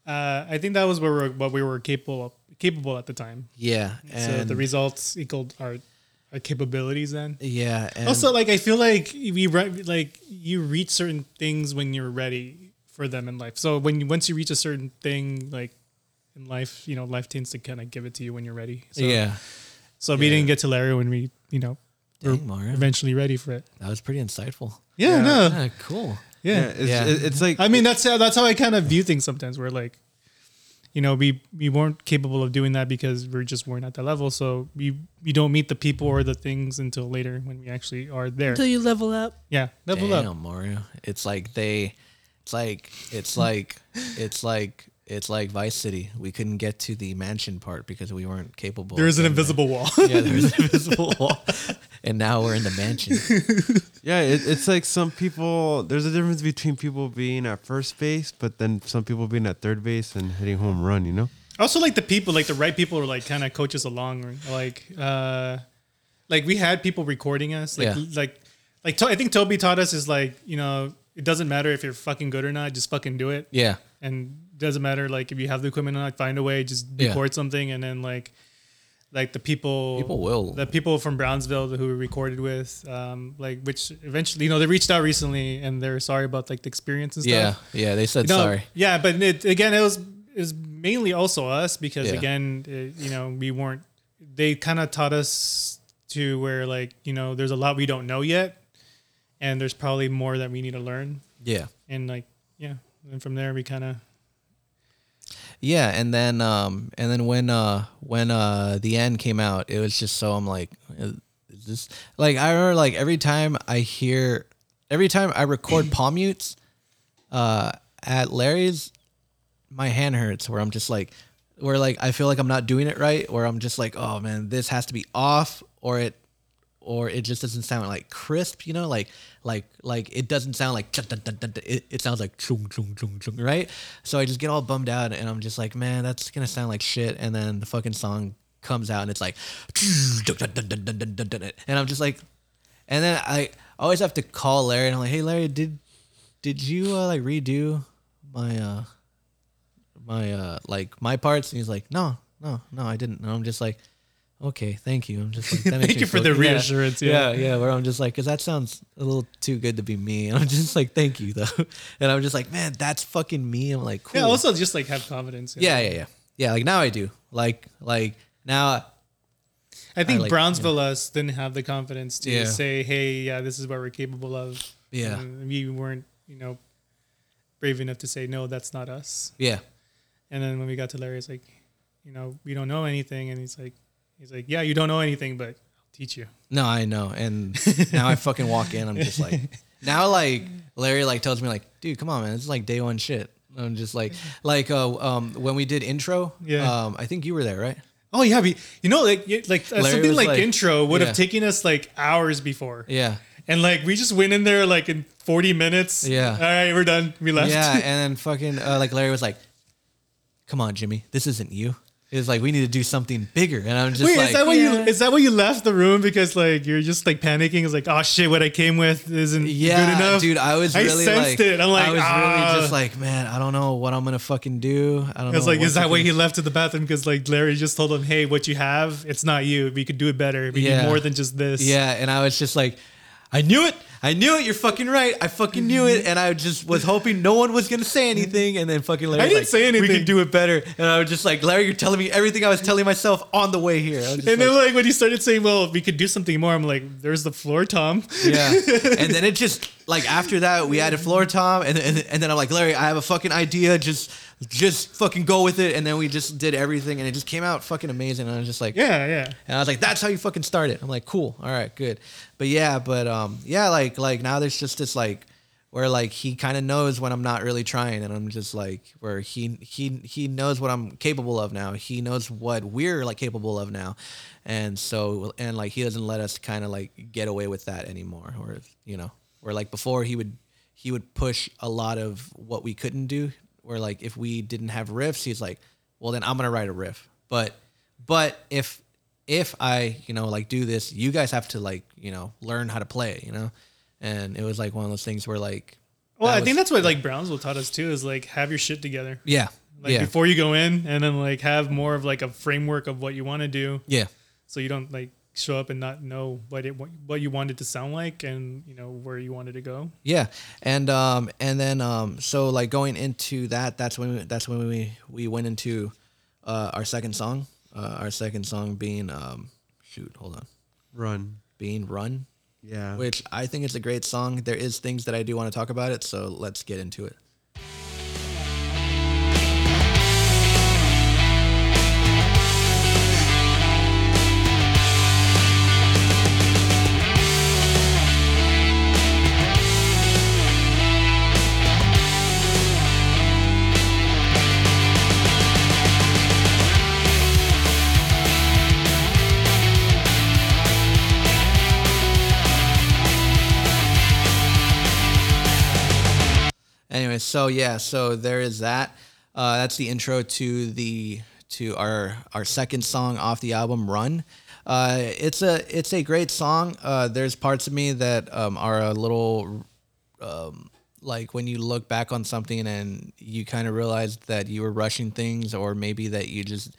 Speaker 1: uh, I think that was what we were, what we were capable of, capable at the time.
Speaker 2: Yeah,
Speaker 1: so the
Speaker 2: and-
Speaker 1: results equaled our, our capabilities then.
Speaker 2: Yeah, and-
Speaker 1: also, like I feel like we re- like you reach certain things when you're ready for them in life. So when you once you reach a certain thing, like in life, you know, life tends to kind of give it to you when you're ready. So,
Speaker 2: Yeah.
Speaker 1: So we didn't get to Larry when we, you know, were
Speaker 2: Dang, Mario.
Speaker 1: eventually ready for it.
Speaker 2: that was pretty insightful.
Speaker 1: Yeah, no.
Speaker 2: Yeah, cool.
Speaker 1: Yeah,
Speaker 2: Yeah.
Speaker 1: I mean that's how that's how I kind of view things sometimes. Where like, you know, we we weren't capable of doing that because we just weren't at that level. So we we don't meet the people or the things until later when we actually are there.
Speaker 8: Until you level up.
Speaker 1: Yeah, level
Speaker 2: Damn,
Speaker 1: up.
Speaker 2: Mario. It's like they, it's like, it's like, it's like, it's like Vice City. We couldn't get to the mansion part because we weren't capable.
Speaker 1: There
Speaker 2: of
Speaker 1: is an
Speaker 2: getting
Speaker 1: invisible wall.
Speaker 2: Yeah, there is an invisible wall. And now we're in the mansion.
Speaker 7: yeah, it, it's like some people. There's a difference between people being at first base, but then some people being at third base and hitting home run. You know.
Speaker 1: I also like the people, like the right people, are like kind of coaches along. Like, uh, like we had people recording us. Like,
Speaker 2: Yeah.
Speaker 1: like, like To- I think Toby taught us is like, you know, it doesn't matter if you're fucking good or not, just fucking do it.
Speaker 2: Yeah.
Speaker 1: And doesn't matter like if you have the equipment or not, find a way, just
Speaker 2: Yeah.
Speaker 1: record something, and then like, like the people,
Speaker 2: People will.
Speaker 1: the people from Brownsville who we recorded with, um, like which eventually, you know, they reached out recently and they're sorry about like the experience and stuff.
Speaker 2: Yeah, yeah, they said
Speaker 1: You know,
Speaker 2: sorry.
Speaker 1: Yeah, but it, again, it was it was mainly also us because
Speaker 2: Yeah.
Speaker 1: again, it, you know, we weren't. They kind of taught us to where like you know, there's a lot we don't know yet, and there's probably more that we need to learn.
Speaker 2: Yeah.
Speaker 1: and like yeah, and from there we kind of
Speaker 2: Yeah, and then um and then when uh when uh the end came out, it was just so I'm like "Uh, is this like I remember like every time I hear every time I record paw mutes uh at Larry's my hand hurts where I'm just like where like I feel like I'm not doing it right or I'm just like oh man this has to be off or it or it just doesn't sound like crisp you know like like like it doesn't sound like dun, dun, dun, dun, dun. It, it sounds like chung, chung, chung, chung, right so I just get all bummed out and I'm just like man that's gonna sound like shit and then the fucking song comes out and it's like dun, dun, dun, dun, dun, dun, dun. and I'm just like and then I always have to call Larry and I'm like hey Larry did did you uh, like redo my uh my uh like my parts and he's like no no no i didn't and i'm just like okay thank you i'm just like that
Speaker 1: Thank
Speaker 2: makes me
Speaker 1: you for
Speaker 2: feel
Speaker 1: the
Speaker 2: good. Yeah,
Speaker 1: reassurance,
Speaker 2: yeah
Speaker 1: yeah.
Speaker 2: yeah, where i'm just like because that sounds a little too good to be me and i'm just like thank you though and i'm just like man that's fucking me i'm like cool
Speaker 1: yeah. Also, just like have confidence.
Speaker 2: yeah yeah yeah yeah like now i do like like now
Speaker 1: I think
Speaker 2: like-
Speaker 1: Brownsville us didn't have the confidence to
Speaker 2: Yeah.
Speaker 1: say, "Hey, yeah, this is what we're capable of."
Speaker 2: Yeah.
Speaker 1: and we weren't, you know, brave enough to say, "No, that's not us."
Speaker 2: Yeah.
Speaker 1: And then when we got to Larry, it's like, you know, we don't know anything, and he's like, he's like, "Yeah, you don't know anything, but I'll teach you."
Speaker 2: No, I know. And now I fucking walk in. I'm just like, now like Larry like tells me like, dude, come on, man, this is like day one shit. I'm just like, like uh, um, when we did intro,
Speaker 1: Yeah.
Speaker 2: um, I think you were there, right?
Speaker 1: Oh yeah, we, you know, like y- like uh,
Speaker 2: Larry
Speaker 1: something
Speaker 2: was
Speaker 1: like,
Speaker 2: like-
Speaker 1: intro would
Speaker 2: yeah.
Speaker 1: have taken us like hours before.
Speaker 2: Yeah.
Speaker 1: And like we just went in there like in 40 minutes.
Speaker 2: Yeah.
Speaker 1: All right, we're done. We left.
Speaker 2: Yeah, and then fucking uh, like Larry was like, come on, Jimmy, this isn't you. It's like we need to do something bigger, and I'm just
Speaker 1: Wait,
Speaker 2: like,
Speaker 1: is that why you is that why you left the room because like you're just like panicking? It's like, oh shit, what I came with isn't
Speaker 2: yeah,
Speaker 1: good enough.
Speaker 2: dude, I was really
Speaker 1: sensed
Speaker 2: like,
Speaker 1: it. I'm like,
Speaker 2: I was
Speaker 1: "Ah."
Speaker 2: really just like, man, I don't know what I'm gonna fucking do. I
Speaker 1: I
Speaker 2: don't.
Speaker 1: was
Speaker 2: know
Speaker 1: like,
Speaker 2: what
Speaker 1: is that
Speaker 2: fucking-
Speaker 1: why he left to the bathroom? Because like Larry just told him, hey, what you have, it's not you. We could do it better. We need more than just this.
Speaker 2: Yeah, and I was just like, I knew it. I knew it. You're fucking right. I fucking knew it. And I just was hoping no one was gonna say anything. And then fucking Larry,
Speaker 1: I
Speaker 2: was
Speaker 1: didn't
Speaker 2: like,
Speaker 1: say
Speaker 2: We
Speaker 1: anything."
Speaker 2: can do it better. And I was just like, Larry, you're telling me everything I was telling myself on the way here. I was just
Speaker 1: And
Speaker 2: like-
Speaker 1: then like when you started saying, "Well, we could do something more," I'm like, "There's the floor, Tom."
Speaker 2: yeah. And then it just like after that we added floor tom and and, and then I'm like Larry, I have a fucking idea. Just just fucking go with it. And then we just did everything and it just came out fucking amazing. And I was just like,
Speaker 1: Yeah, yeah.
Speaker 2: And I was like, that's how you fucking start it. I'm like, cool. All right, good. But yeah, but um, yeah, like like now there's just this like where like he kind of knows when I'm not really trying, and I'm just like where he he he knows what I'm capable of now. He knows what we're like capable of now, and so and like he doesn't let us kind of like get away with that anymore, or you know, where like before he would he would push a lot of what we couldn't do. Where like if we didn't have riffs, he's like, well then I'm gonna write a riff, but but if if I, you know, like do this, you guys have to like, you know, learn how to play it, you know? And it was like one of those things where like
Speaker 1: Well,
Speaker 2: that
Speaker 1: I
Speaker 2: was-
Speaker 1: think that's what like Brownsville taught us too is like have your shit together.
Speaker 2: Yeah.
Speaker 1: Like
Speaker 2: Yeah.
Speaker 1: before you go in and then like have more of like a framework of what you want to do.
Speaker 2: Yeah.
Speaker 1: So you don't like show up and not know what it what you wanted to sound like and you know where you wanted to go.
Speaker 2: Yeah, and um, and then um, so like going into that, that's when we, that's when we we went into uh, our second song. Uh, our second song being um, shoot, hold on,
Speaker 7: Run.
Speaker 2: being run.
Speaker 7: Yeah.
Speaker 2: which I think it's a great song. There is things that I do want to talk about it, so let's get into it. Anyway, so yeah, so there is that. Uh, that's the intro to the to our our second song off the album, Run. Uh, it's a it's a great song. Uh, there's parts of me that um, are a little um, like when you look back on something and you kind of realize that you were rushing things, or maybe that you just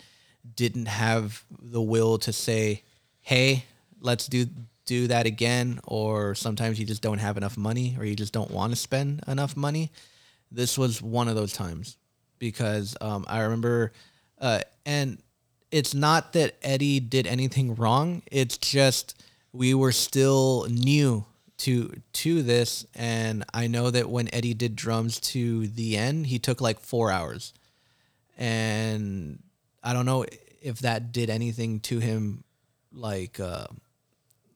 Speaker 2: didn't have the will to say, "Hey, let's do do that again," or sometimes you just don't have enough money, or you just don't want to spend enough money. This was one of those times because um, I remember, uh, and it's not that Eddie did anything wrong. It's just we were still new to to this, and I know that when Eddie did drums to the end, he took like four hours and I don't know if that did anything to him, like, uh,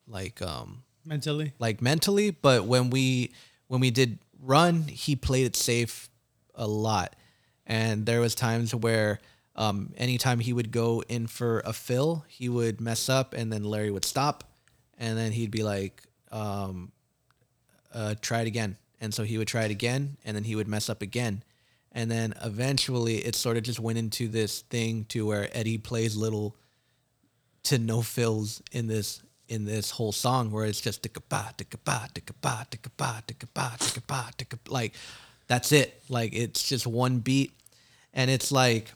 Speaker 2: like, um,
Speaker 1: Mentally.
Speaker 2: like mentally. But when we when we did run, he played it safe a lot, and there was times where, um, anytime he would go in for a fill, he would mess up, and then Larry would stop, and then he'd be like, um, uh, try it again. And so he would try it again, and then he would mess up again. And then eventually it sort of just went into this thing to where Eddie plays little to no fills in this in this whole song where it's just ticka ba ticka ba ticka ba ticka ba ticka ba ticka ba ticka like that's it. Like it's just one beat. And it's like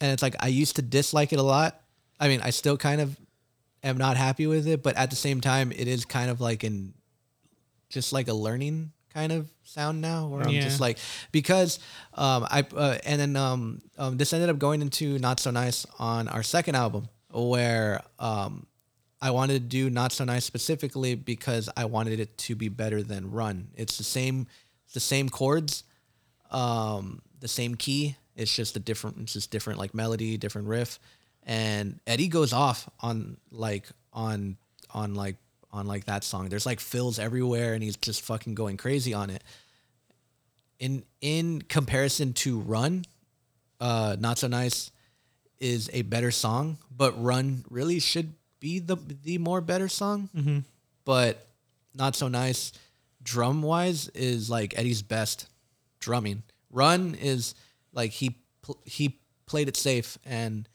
Speaker 2: and it's like I used to dislike it a lot. I mean, I still kind of am not happy with it, but at the same time it is kind of like an just like a learning kind of sound now where I'm
Speaker 1: Yeah.
Speaker 2: just like because um I uh, and then um, um this ended up going into not so nice on our second album where um I wanted to do not so nice specifically because I wanted it to be better than run. It's the same the same chords um the same key it's just a different it's just different like melody different riff and eddie goes off on like on on like on like that song there's like fills everywhere and he's just fucking going crazy on it in in comparison to run uh not so nice is a better song but run really should be the the more better song
Speaker 1: Mhm.
Speaker 2: but not so nice drum wise is like Eddie's best drumming. Run is like he pl- he played it safe and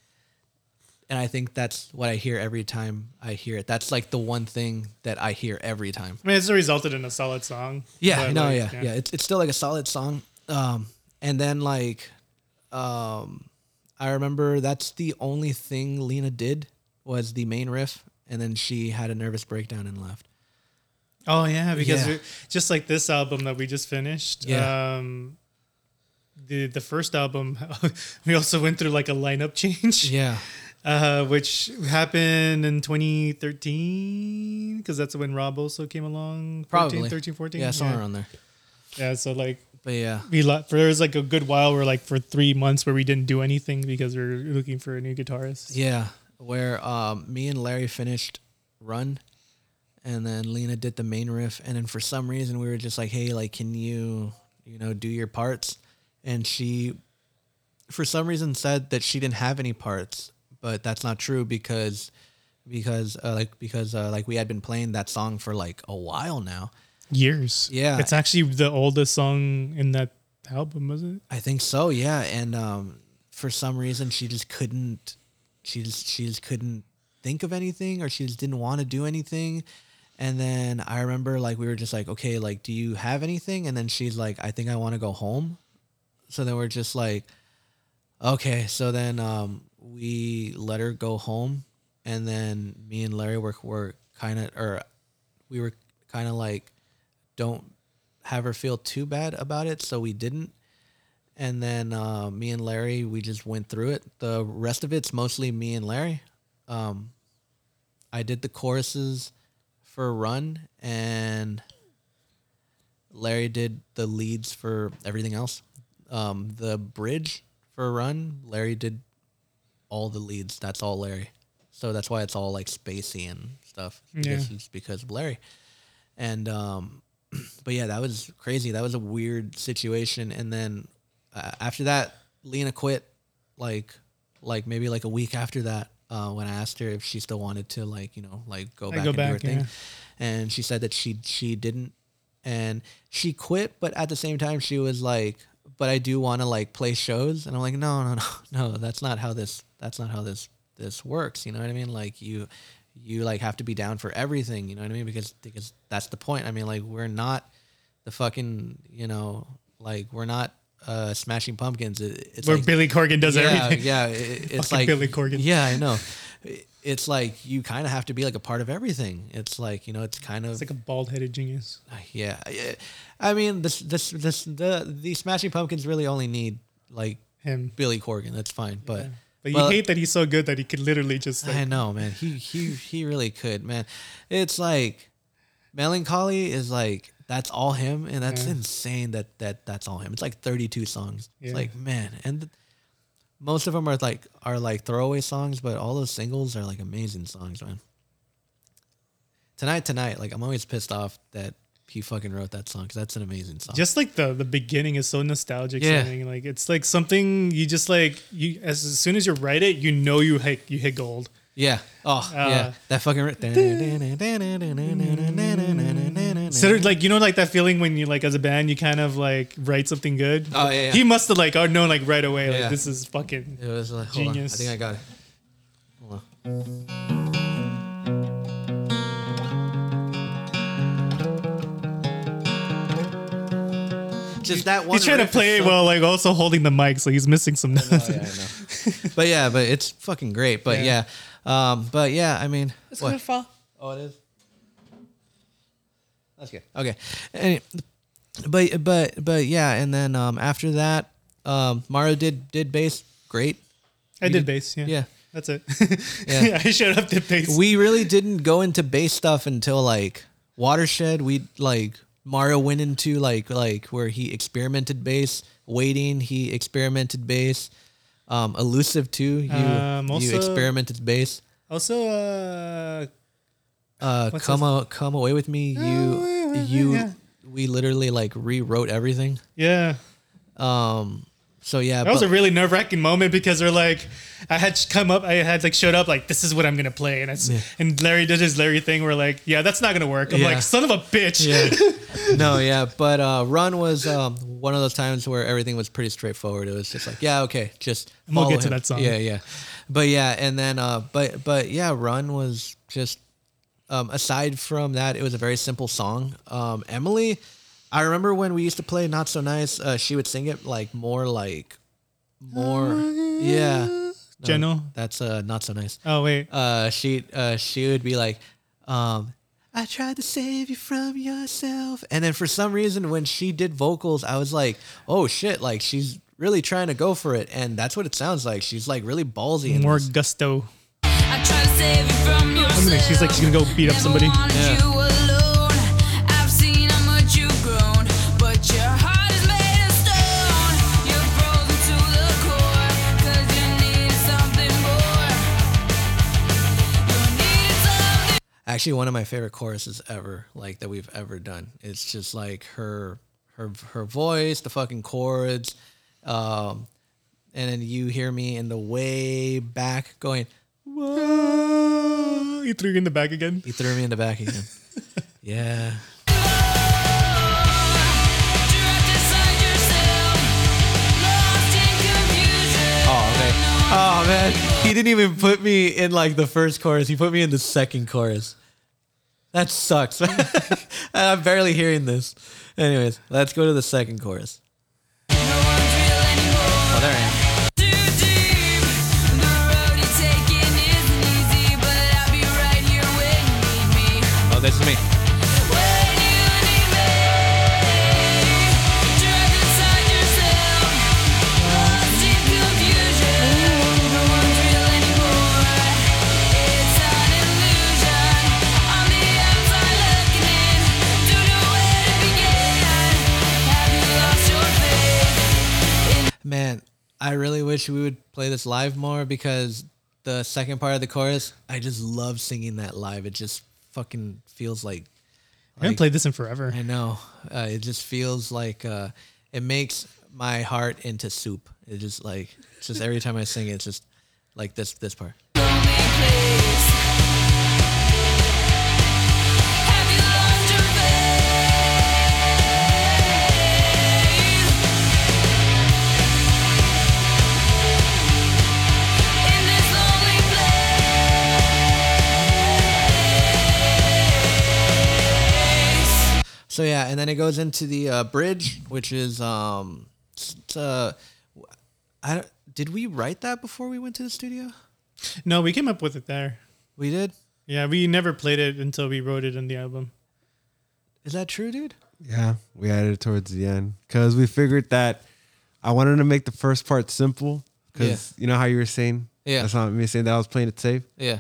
Speaker 2: and I think that's what I hear every time I hear it. That's like the one thing that I hear every time.
Speaker 1: I mean, it's resulted in a solid song.
Speaker 2: Yeah,
Speaker 1: but,
Speaker 2: no,
Speaker 1: like,
Speaker 2: yeah, yeah, It's it's still like a solid song. Um, and then like, um, I remember that's the only thing Lena did was the main riff, and then she had a nervous breakdown and left.
Speaker 1: Oh yeah, because
Speaker 2: Yeah.
Speaker 1: we- just like this album that we just finished.
Speaker 2: Yeah.
Speaker 1: Um, the the first album, we also went through like a lineup change.
Speaker 2: Yeah.
Speaker 1: Uh, which happened in 2013 because that's when Rob also came along. 14,
Speaker 2: Probably.
Speaker 1: 13, 14.
Speaker 2: Yeah, somewhere around there.
Speaker 1: Yeah, so like.
Speaker 2: But yeah.
Speaker 1: We lo- for there was like a good while where like for three months where we didn't do anything because we were looking for a new guitarist.
Speaker 2: Yeah, where um, me and Larry finished Run, and then Lena did the main riff, and then for some reason we were just like, "Hey, like, can you, you know, do your parts?" And she, for some reason, said that she didn't have any parts, but that's not true because, because uh, like because uh, like we had been playing that song for like a while now.
Speaker 1: Years.
Speaker 2: Yeah.
Speaker 1: It's actually the oldest song in that album, was it?
Speaker 2: I think so, yeah. And um, for some reason, she just couldn't. She just she just couldn't think of anything, or she just didn't want to do anything. And then I remember like we were just like, okay, like, do you have anything? And then she's like, I think I want to go home. So then we're just like, okay. So then um, we let her go home, and then me and Larry were were kind of or we were kind of like, don't have her feel too bad about it. So we didn't and then uh, me and Larry, we just went through it. The rest of it's mostly me and Larry. Um, I did the choruses for Run, and Larry did the leads for everything else. Um, the bridge for Run, Larry did all the leads. That's all Larry. So that's why it's all like spacey and stuff.
Speaker 1: Yeah.
Speaker 2: This is because of Larry. And um, but yeah, that was crazy. That was a weird situation. And then uh, after that, Lena quit. Like, like maybe like a week after that, uh, when I asked her if she still wanted to like you know like go
Speaker 1: Like,
Speaker 2: back
Speaker 1: go
Speaker 2: and
Speaker 1: back,
Speaker 2: do her
Speaker 1: yeah.
Speaker 2: thing, and she said that she she didn't, and she quit. But at the same time, she was like, "But I do want to like play shows," and I'm like, "No, no, no, no. That's not how this. That's not how this this works. You know what I mean? Like you." You like have to be down for everything, you know what I mean? Because because that's the point. I mean, like we're not the fucking you know like we're not uh smashing pumpkins it, it's
Speaker 1: Where
Speaker 2: like-
Speaker 1: Billy Corgan does
Speaker 2: yeah,
Speaker 1: everything.
Speaker 2: yeah it- it's
Speaker 1: Fucking
Speaker 2: like
Speaker 1: Billy Corgan.
Speaker 2: yeah i know It- it's like you kind of have to be like a part of everything it's like you know it's kind of
Speaker 1: It's like a bald headed genius.
Speaker 2: yeah I- i mean this this this the the smashing pumpkins really only need like
Speaker 1: Him.
Speaker 2: billy corgan that's fine but
Speaker 1: But
Speaker 2: well-
Speaker 1: you hate that he's so good that he could literally just like
Speaker 2: I know, man. He he he really could, man. It's like melancholy is like that's all him, and that's
Speaker 1: Yeah.
Speaker 2: insane that that that's all him. It's like thirty two songs.
Speaker 1: Yeah.
Speaker 2: It's like man, and th- most of them are like are like throwaway songs, but all those singles are like amazing songs, man. Tonight, tonight, like I'm always pissed off that he fucking wrote that song because that's an amazing song.
Speaker 1: just like the the beginning is so nostalgic
Speaker 2: Yeah.
Speaker 1: sounding. Like it's like something you just like you as, as soon as you write it, you know you hit you hit gold.
Speaker 2: yeah, oh
Speaker 1: Uh,
Speaker 2: yeah, that fucking. ri-
Speaker 1: So there's, like you know like that feeling when you like as a band you kind of like write something good.
Speaker 2: Oh, yeah, yeah.
Speaker 1: He must have like oh known like right away like
Speaker 2: Yeah.
Speaker 1: this is fucking
Speaker 2: It was like, hold on. I
Speaker 1: genius.
Speaker 2: think I got it. Hold on. Just that one. Oh,
Speaker 1: He's trying to
Speaker 2: riff is
Speaker 1: play it
Speaker 2: so-
Speaker 1: while like also holding the mic, so he's missing some notes.
Speaker 2: but yeah, but it's fucking great. But yeah,
Speaker 1: Yeah.
Speaker 2: um, but yeah, I mean,
Speaker 8: It's
Speaker 2: what?
Speaker 8: gonna fall.
Speaker 2: Oh, it is. That's good. Okay. Any- but but but yeah, and then um, after that, um, Mario did did bass great.
Speaker 1: I
Speaker 2: You
Speaker 1: did bass, yeah.
Speaker 2: Yeah.
Speaker 1: That's it.
Speaker 2: Yeah.
Speaker 1: I showed up to bass.
Speaker 2: We really didn't go into bass stuff until like Watershed. We like Mario went into like like where he experimented bass. Waiting, he experimented bass. Um, elusive too. You
Speaker 1: Um,
Speaker 2: you
Speaker 1: also-
Speaker 2: experimented bass.
Speaker 1: also uh
Speaker 2: Uh,
Speaker 1: What's
Speaker 2: come
Speaker 1: this? Oh,
Speaker 2: o- come away with me. You you we literally like rewrote everything.
Speaker 1: yeah.
Speaker 2: Um. So yeah,
Speaker 1: That was
Speaker 2: but-
Speaker 1: a really nerve wracking moment because they're like, I had sh- come up, I had like showed up like this is what I'm gonna play, and I s
Speaker 2: Yeah.
Speaker 1: and Larry did his Larry thing. We're like, yeah, that's not gonna work. I'm
Speaker 2: Yeah.
Speaker 1: like, son of a bitch.
Speaker 2: Yeah. No, yeah, but uh, Run was um, one of those times where everything was pretty straightforward. It was just like, yeah, okay, just.
Speaker 1: And we'll
Speaker 2: follow
Speaker 1: get to
Speaker 2: him.
Speaker 1: that song.
Speaker 2: Yeah, yeah, but yeah, and then uh, but but yeah, Run was just. Um, aside from that, it was a very simple song. Um, Emily, I remember when we used to play "Not So Nice," uh, she would sing it like more like more, yeah. No,
Speaker 1: General?
Speaker 2: that's uh, not so nice.
Speaker 1: Oh wait,
Speaker 2: uh, she uh, she would be like, um, I tried to save you from yourself. And then for some reason, when she did vocals, I was like, oh shit, like she's really trying to go for it. And that's what it sounds like. She's like really ballsy. And
Speaker 1: More gusto.
Speaker 14: I try to save you from
Speaker 1: I mean, like,
Speaker 14: yourself.
Speaker 1: she's like she's gonna go beat up somebody.
Speaker 14: Wanted you alone. I've seen how much you've grown, but your heart is made of stone. You're frozen to the core, 'cause you need something more.
Speaker 2: Actually, one of my favorite choruses ever, like that we've ever done. It's just like her, her, her voice, the fucking chords, um, and then you hear me in the way back going.
Speaker 1: Whoa. He threw you in the back again.
Speaker 2: He threw me in the back again. yeah. Oh man. Oh man. He didn't even put me in like the first chorus. He put me in the second chorus. That sucks. And I'm barely hearing this. Anyways, let's go to the second chorus. Oh, there I am.
Speaker 11: Oh, that's me.
Speaker 2: Man, I really wish we would play this live more because the second part of the chorus, I just love singing that live. It just fucking feels like.
Speaker 1: I haven't played this in forever.
Speaker 2: I know. Uh, it just feels like uh, it makes my heart into soup. It just like it's just every time I sing it, it's just like this this part. So yeah, and then it goes into the uh, bridge, which is um, it's, uh, I don't- did we write that before we went to the studio?
Speaker 1: No, we came up with it there.
Speaker 2: We did.
Speaker 1: Yeah, we never played it until we wrote it in the album.
Speaker 2: Is that true, dude?
Speaker 7: Yeah, we added it towards the end because we figured that I wanted to make the first part simple because you know how you were saying.
Speaker 2: Yeah.
Speaker 7: that's not me saying that I was playing it safe.
Speaker 2: Yeah.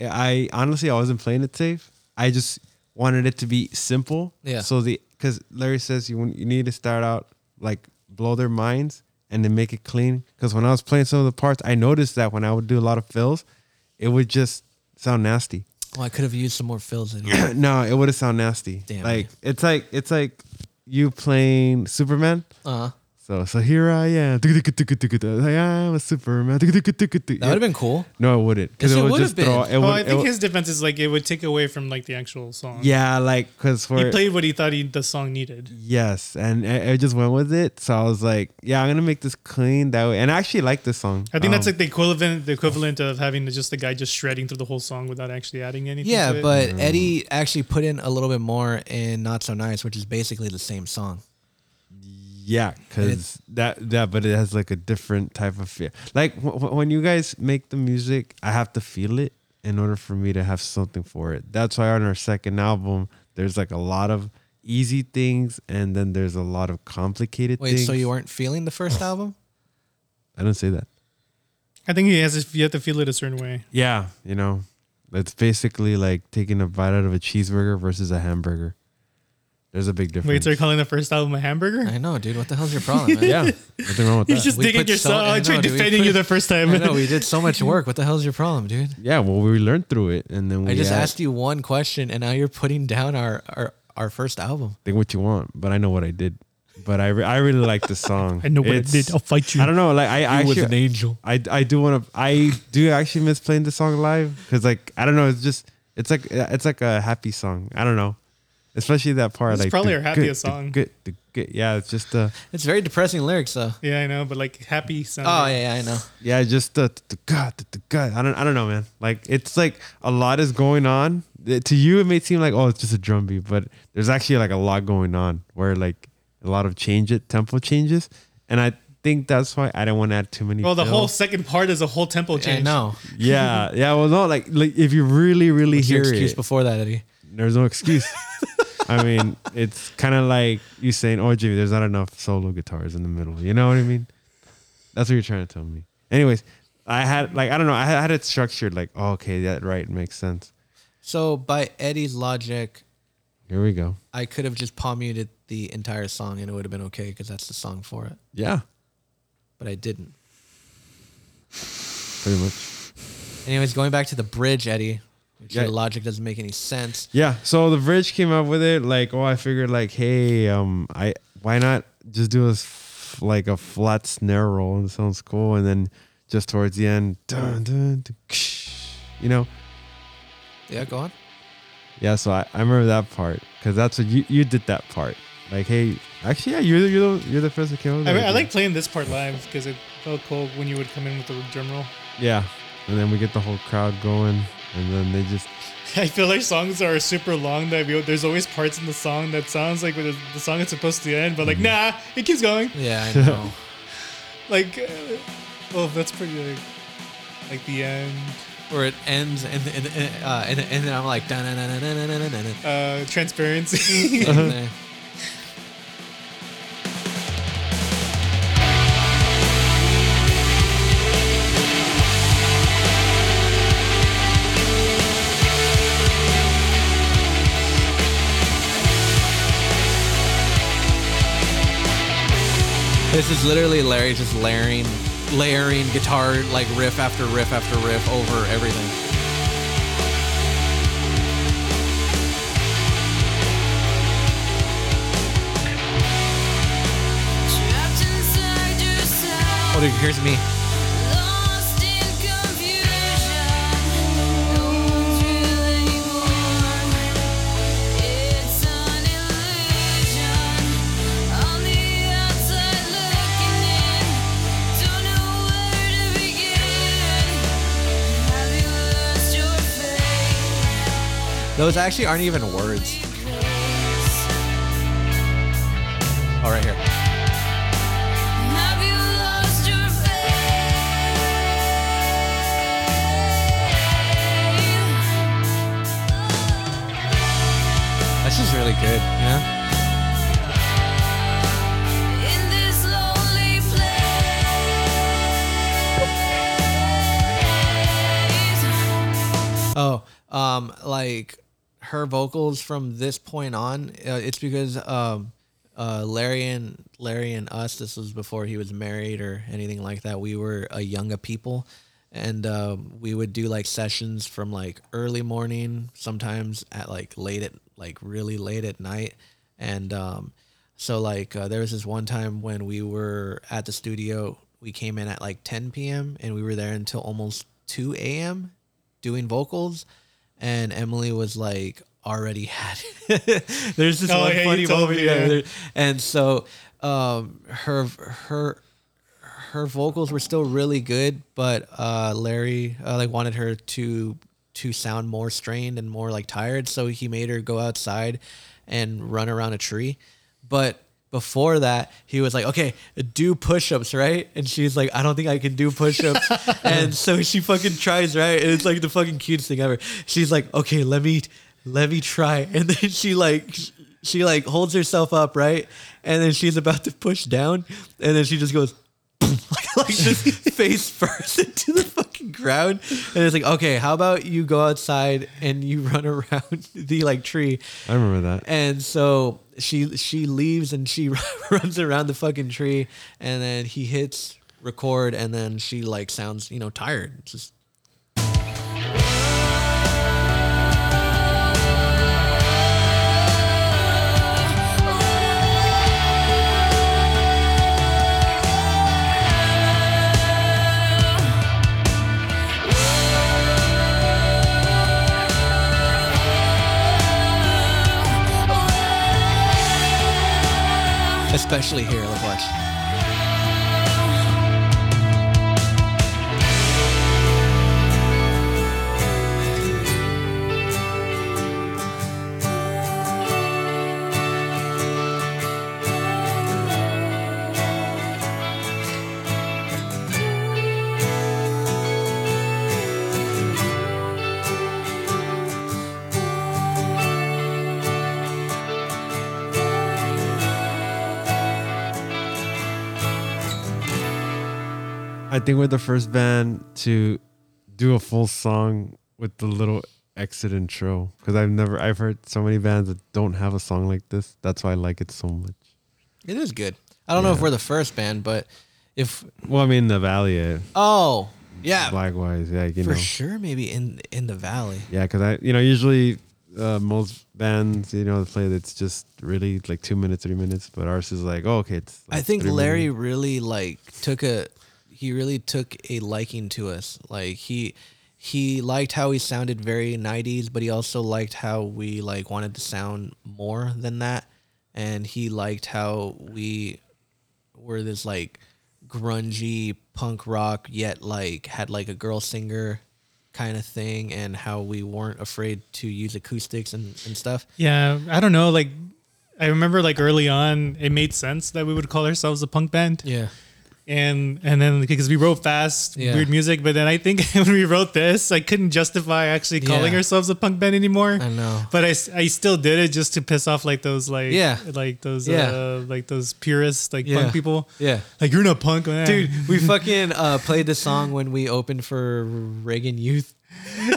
Speaker 7: Yeah, I honestly I wasn't playing it safe. I just wanted it to be simple.
Speaker 2: Yeah.
Speaker 7: So the because Larry says you you need to start out like blow their minds and then make it clean. Because when I was playing some of the parts, I noticed that when I would do a lot of fills, it would just sound nasty.
Speaker 2: Well, I could have used some more fills in here.
Speaker 7: no, it would have sound nasty.
Speaker 2: Damn
Speaker 7: like it's like it's like you playing Superman.
Speaker 2: Uh-huh.
Speaker 7: So so here I am. I am a Superman. That would
Speaker 2: would've been cool.
Speaker 7: No, it wouldn't. Because it would just throw. It would,
Speaker 1: well, Oh, I
Speaker 7: it
Speaker 1: think
Speaker 7: would-
Speaker 1: his defense is like it would take away from like the actual song.
Speaker 7: Yeah, like because for
Speaker 1: he played what he thought he, the song needed.
Speaker 7: yes, and I, I just went with it. So I was like, yeah, I'm gonna make this clean that way. And I actually like this song.
Speaker 1: I think that's
Speaker 7: Um,
Speaker 1: like the equivalent, the equivalent of having the, just the guy just shredding through the whole song without actually adding anything. to
Speaker 2: Yeah,
Speaker 1: it.
Speaker 2: but Eddie actually put in a little bit more in Not So Nice, which is basically the same song.
Speaker 7: yeah, because that that but it has like a different type of feel. Like w- w- when you guys make the music, I have to feel it in order for me to have something for it. That's why on our second album, there's like a lot of easy things, and then there's a lot of complicated
Speaker 2: Wait,
Speaker 7: things.
Speaker 2: so you weren't feeling the first album?
Speaker 7: I don't say that.
Speaker 1: I think he has. to- You have to feel it a certain way.
Speaker 7: Yeah, you know, it's basically like taking a bite out of a cheeseburger versus a hamburger. There's a big difference.
Speaker 1: Wait, so you're calling the first album a hamburger? I
Speaker 2: know, dude. What the hell's your problem? man?
Speaker 7: Yeah, nothing wrong with
Speaker 1: You're
Speaker 7: that.
Speaker 1: just
Speaker 2: We
Speaker 1: digging
Speaker 2: put
Speaker 1: yourself.
Speaker 2: I
Speaker 1: I tried
Speaker 2: know, dude, we
Speaker 1: defending
Speaker 2: put-
Speaker 1: you the first time.
Speaker 2: I know we did so much work. What the hell's your problem, dude?
Speaker 7: yeah, well, we learned through it, and then we
Speaker 2: I just
Speaker 7: add-
Speaker 2: asked you one question, and now you're putting down our our, our first album.
Speaker 7: think what you want, but I know what I did. But I, re- I really like the song.
Speaker 1: I know what I
Speaker 7: It's-
Speaker 1: did. I'll fight you.
Speaker 7: I don't know. Like I, I
Speaker 1: You was
Speaker 7: actually,
Speaker 1: an angel.
Speaker 7: I, I do want to. I do actually miss playing the song live because like I don't know. It's just it's like it's like a happy song. I don't know. Especially that part.
Speaker 1: It's
Speaker 7: like
Speaker 1: probably our
Speaker 7: the
Speaker 1: happiest
Speaker 7: good, the
Speaker 1: song.
Speaker 7: Good, the good. Yeah, it's just uh
Speaker 2: It's very depressing lyrics, though.
Speaker 1: Yeah, I know, but like happy sound.
Speaker 2: Oh yeah, yeah, I know.
Speaker 7: Yeah, just the the god, the, the god. I don't I don't know, man. Like it's like a lot is going on. Th- To you, it may seem like oh, it's just a drum beat, but there's actually like a lot going on where like a lot of change it tempo changes, and I think that's why I do not want to add too many.
Speaker 1: Well, the whole
Speaker 7: fills.
Speaker 1: second part is a whole tempo change.
Speaker 7: yeah, yeah. Well, no, like like if you really really
Speaker 2: What's
Speaker 7: hear
Speaker 2: your excuse
Speaker 7: it,
Speaker 2: before that, Eddie?
Speaker 7: There's no excuse. I mean, it's kind of like you saying, "Oh, Jimmy, there's not enough solo guitars in the middle." You know what I mean? That's what you're trying to tell me. Anyways, I had like I don't know. I had it structured like, oh, okay, that right makes sense.
Speaker 2: So by Eddie's logic,
Speaker 7: Here we go.
Speaker 2: I could have just palm muted the entire song and it would have been okay because that's the song for it.
Speaker 7: Yeah.
Speaker 2: But I didn't.
Speaker 7: Pretty much.
Speaker 2: Anyways, going back to the bridge, Eddie, which
Speaker 7: Yeah.
Speaker 2: your logic doesn't make any sense.
Speaker 7: Yeah. So the bridge came up with it. Like, oh, I figured like, hey, um, I why not just do a s- like a flat snare roll? It sounds cool. And then just towards the end, dun, dun, dun, ksh, you know,
Speaker 2: Yeah, go on.
Speaker 7: yeah. So I, I remember that part because that's what you you did that part. Like, hey, actually, yeah, you're the, you're the, you're the first to came up with
Speaker 1: I,
Speaker 7: it.
Speaker 1: mean, I like playing this part live because it felt cool when you would come in with the drum roll.
Speaker 7: Yeah. And then we get the whole crowd going, and then they just
Speaker 1: I feel like songs are super long. That we, there's always parts in the song that sounds like the, the song is supposed to end, but like nah, it keeps going.
Speaker 2: Yeah, I know.
Speaker 1: like, uh, oh, that's pretty like, like the end.
Speaker 2: Where it ends and and, and, uh, and, and then I'm like, dun, dun, dun, dun, dun, dun, dun, dun.
Speaker 1: Uh, transparency.
Speaker 2: Uh-huh. This is literally Larry just layering, layering guitar like riff after riff after riff over everything. Oh, dude, here's me. Those actually aren't even words. Oh, right here. That's just really good. Yeah. Oh, um, like her vocals from this point on, uh, it's because um, uh, Larry and Larry and us. This was before he was married or anything like that. We were a younger people, and um, we would do like sessions from like early morning, sometimes at like late at like really late at night, and um, so like uh, there was this one time when we were at the studio. We came in at like 10 p.m. and we were there until almost 2 a.m. doing vocals. And Emily was like already had it. There's this
Speaker 1: Oh,
Speaker 2: one
Speaker 1: yeah, you
Speaker 2: funny
Speaker 1: told
Speaker 2: moment.
Speaker 1: me, yeah.
Speaker 2: there- And so um, her her her vocals were still really good, but uh, Larry uh, like wanted her to to sound more strained and more like tired, so he made her go outside and run around a tree. But before that, he was like, "Okay, do push-ups, right?" And she's like, "I don't think I can do push-ups." and so she fucking tries, right? And it's like the fucking cutest thing ever. She's like, "Okay, let me let me try." And then she like she like holds herself up, right? And then she's about to push down, and then she just goes like just face first into the fucking ground and it's like okay how about you go outside and you run around the like tree
Speaker 7: I remember that.
Speaker 2: and so she she leaves and she runs around the fucking tree and then he hits record and then she like sounds you know tired It's just especially here look watch
Speaker 7: I think we're the first band to do a full song with the little exit intro because I've never I've heard so many bands that don't have a song like this. That's why I like it so much.
Speaker 2: It is good. I don't know if
Speaker 7: Yeah.
Speaker 2: we're the first band, but if
Speaker 7: Well, I mean the Valley. eh,
Speaker 2: oh yeah,
Speaker 7: Likewise, yeah, you
Speaker 2: for
Speaker 7: know.
Speaker 2: sure, maybe in in the valley.
Speaker 7: Yeah, because I, you know, usually uh, most bands, you know, play that's just really like two minutes, three minutes, but ours is like, oh, okay, it's. Like
Speaker 2: I think
Speaker 7: three
Speaker 2: Larry
Speaker 7: minutes.
Speaker 2: really like took a he really took a liking to us. Like he he liked how we sounded very 90s, but he also liked how we like wanted to sound more than that and he liked how we were this like grungy punk rock yet like had like a girl singer kind of thing and how we weren't afraid to use acoustics and, and stuff.
Speaker 1: Yeah, I don't know. Like, I remember like early on, it made sense that we would call ourselves a punk band.
Speaker 2: Yeah.
Speaker 1: And and then because we wrote fast,
Speaker 2: Yeah.
Speaker 1: weird music, but then I think when we wrote this, I couldn't justify actually calling
Speaker 2: Yeah.
Speaker 1: ourselves a punk band anymore.
Speaker 2: I know.
Speaker 1: But I, s- I still did it just to piss off like those like
Speaker 2: Yeah.
Speaker 1: like those
Speaker 2: Yeah.
Speaker 1: uh, like those purists like
Speaker 2: Yeah.
Speaker 1: punk people.
Speaker 2: Yeah.
Speaker 1: Like you're not punk, man.
Speaker 2: Dude, we fucking uh, played the song when we opened for Reagan Youth.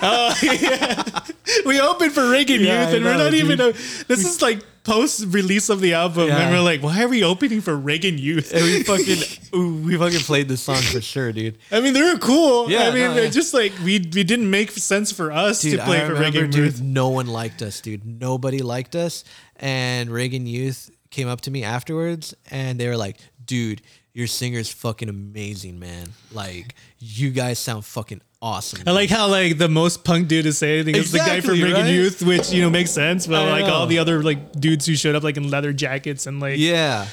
Speaker 1: Oh, yeah. we opened for Reagan
Speaker 2: Yeah,
Speaker 1: Youth,
Speaker 2: I
Speaker 1: and we're
Speaker 2: know,
Speaker 1: not even.
Speaker 2: dude.
Speaker 1: A, this is like post release of the album,
Speaker 2: Yeah.
Speaker 1: and we're like, why are we opening for Reagan Youth?
Speaker 2: And we fucking ooh, we fucking played this song for sure, dude.
Speaker 1: I mean, they were cool.
Speaker 2: Yeah,
Speaker 1: I mean,
Speaker 2: no,
Speaker 1: they're
Speaker 2: yeah.
Speaker 1: just like we we didn't make sense for us
Speaker 2: Dude,
Speaker 1: to play
Speaker 2: I
Speaker 1: for
Speaker 2: remember,
Speaker 1: Reagan
Speaker 2: dude,
Speaker 1: Youth.
Speaker 2: no one liked us, dude. Nobody liked us. And Reagan Youth came up to me afterwards and they were like, dude, your singer's fucking amazing, man. Like, you guys sound fucking awesome.
Speaker 1: I like how like the most punk dude to say anything is the guy
Speaker 2: Exactly,
Speaker 1: from Reagan
Speaker 2: right?
Speaker 1: Youth, which you know makes sense. But
Speaker 2: I
Speaker 1: like all
Speaker 2: know.
Speaker 1: the other like dudes who showed up like in leather jackets and like
Speaker 2: Yeah.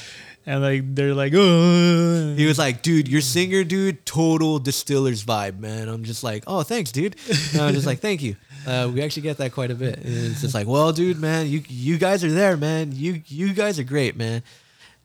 Speaker 1: and like they're like oh
Speaker 2: He was like, dude, your singer, dude, total distillers vibe, man. I'm just like, oh, thanks, dude. And I'm just like, thank you. Uh, we actually get that quite a bit. And It's just like, well, dude, man, you you guys are there, man. You you guys are great, man.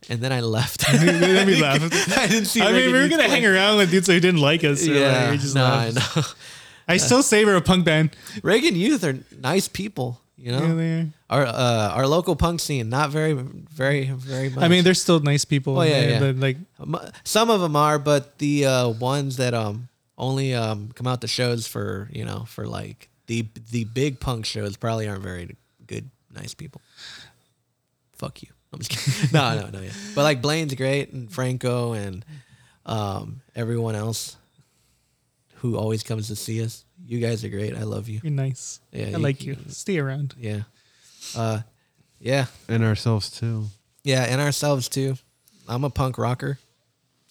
Speaker 2: And then I left.
Speaker 1: then we laughed.
Speaker 2: I didn't see.
Speaker 1: I mean,
Speaker 2: Reagan
Speaker 1: we were
Speaker 2: Youth
Speaker 1: gonna
Speaker 2: play.
Speaker 1: hang around with dudes who didn't like us. So yeah,
Speaker 2: Yeah,
Speaker 1: we just
Speaker 2: no,
Speaker 1: laughed.
Speaker 2: I know.
Speaker 1: I still say we're a punk band.
Speaker 2: Reagan Youth are nice people, you know.
Speaker 1: Yeah, they are.
Speaker 2: Our uh, our local punk scene, not very, very, very much.
Speaker 1: I mean, they're still nice people.
Speaker 2: Oh yeah,
Speaker 1: right?
Speaker 2: yeah.
Speaker 1: But like,
Speaker 2: Um, some of them are, but the uh, ones that um only um come out to shows for you know for like the the big punk shows probably aren't very good, nice people. Fuck you. I'm just kidding. no, no, no. Yeah. But like Blaine's great and Franco and um everyone else who always comes to see us. You guys are great. I love you.
Speaker 1: you're nice.
Speaker 2: Yeah,
Speaker 1: I
Speaker 2: you-
Speaker 1: like you. Stay around.
Speaker 2: Yeah. Uh, yeah.
Speaker 7: And ourselves too.
Speaker 2: Yeah, and ourselves too. I'm a punk rocker.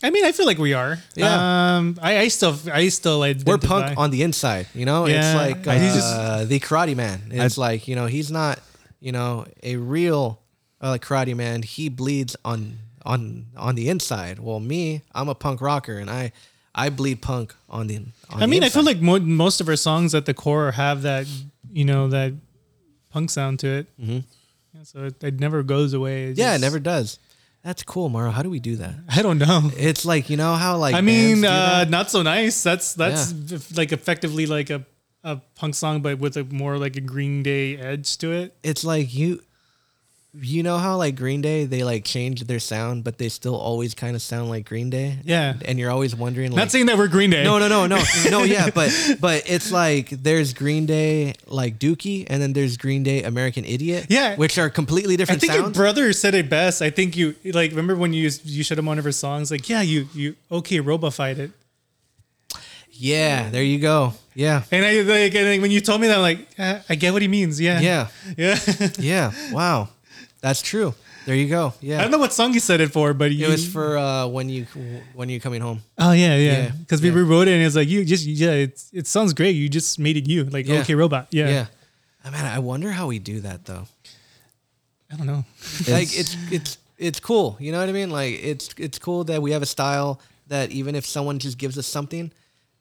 Speaker 1: I mean, I feel like we are.
Speaker 2: Yeah.
Speaker 1: Um, I, I still, I still, identify.
Speaker 2: We're punk on the inside, you know.
Speaker 1: Yeah.
Speaker 2: It's like
Speaker 1: I
Speaker 2: uh,
Speaker 1: just-
Speaker 2: the Karate Man. It's like you know he's not you know a real uh, Karate Man. He bleeds on on on the inside. Well, me, I'm a punk rocker, and I I bleed punk on the. On
Speaker 1: I mean,
Speaker 2: the
Speaker 1: I feel like
Speaker 2: inside.
Speaker 1: mo- most of our songs at the core have that, you know, that punk sound to it.
Speaker 2: Mhm.
Speaker 1: Yeah, so it, it never goes away.
Speaker 2: yeah, it
Speaker 1: just-
Speaker 2: never does. That's cool, Mara. How do we do that?
Speaker 1: I don't know.
Speaker 2: It's like you know how like
Speaker 1: I mean,
Speaker 2: bands do that?
Speaker 1: uh, not so nice. That's that's v- like effectively like a, a punk song, but with a more like a Green Day edge to it.
Speaker 2: it's like you you know how like Green Day they like changed their sound but they still always kind of sound like Green Day?
Speaker 1: Yeah.
Speaker 2: And you're always wondering like
Speaker 1: not saying that we're Green Day.
Speaker 2: No, no, no, no. No, yeah, but but it's like there's Green Day like Dookie and then there's Green Day American Idiot.
Speaker 1: Yeah.
Speaker 2: Which are completely
Speaker 1: I
Speaker 2: different
Speaker 1: think your
Speaker 2: sounds.
Speaker 1: brother said it best. I think you like remember when you you showed him one of her songs. Like, yeah, you you okay, robofied it.
Speaker 2: yeah, there you go. Yeah.
Speaker 1: And I like and when you told me that, I'm like, "Uh, I get what he means. Yeah,
Speaker 2: Yeah.
Speaker 1: yeah.
Speaker 2: Yeah. Wow. That's true. There you go.
Speaker 1: I
Speaker 2: Yeah.
Speaker 1: don't know what song he said it for, but you,
Speaker 2: It was for uh when you when you coming home.
Speaker 1: Oh yeah, yeah.
Speaker 2: Yeah,
Speaker 1: Because we rewrote it, and it's like you just yeah, it's, it sounds great. You just made it you, like
Speaker 2: Yeah.
Speaker 1: okay, robot. Yeah,
Speaker 2: Yeah. I mean, I wonder how we do that though.
Speaker 1: I don't know.
Speaker 2: like it's it's it's cool. You know what I mean? Like it's it's cool that we have a style that even if someone just gives us something,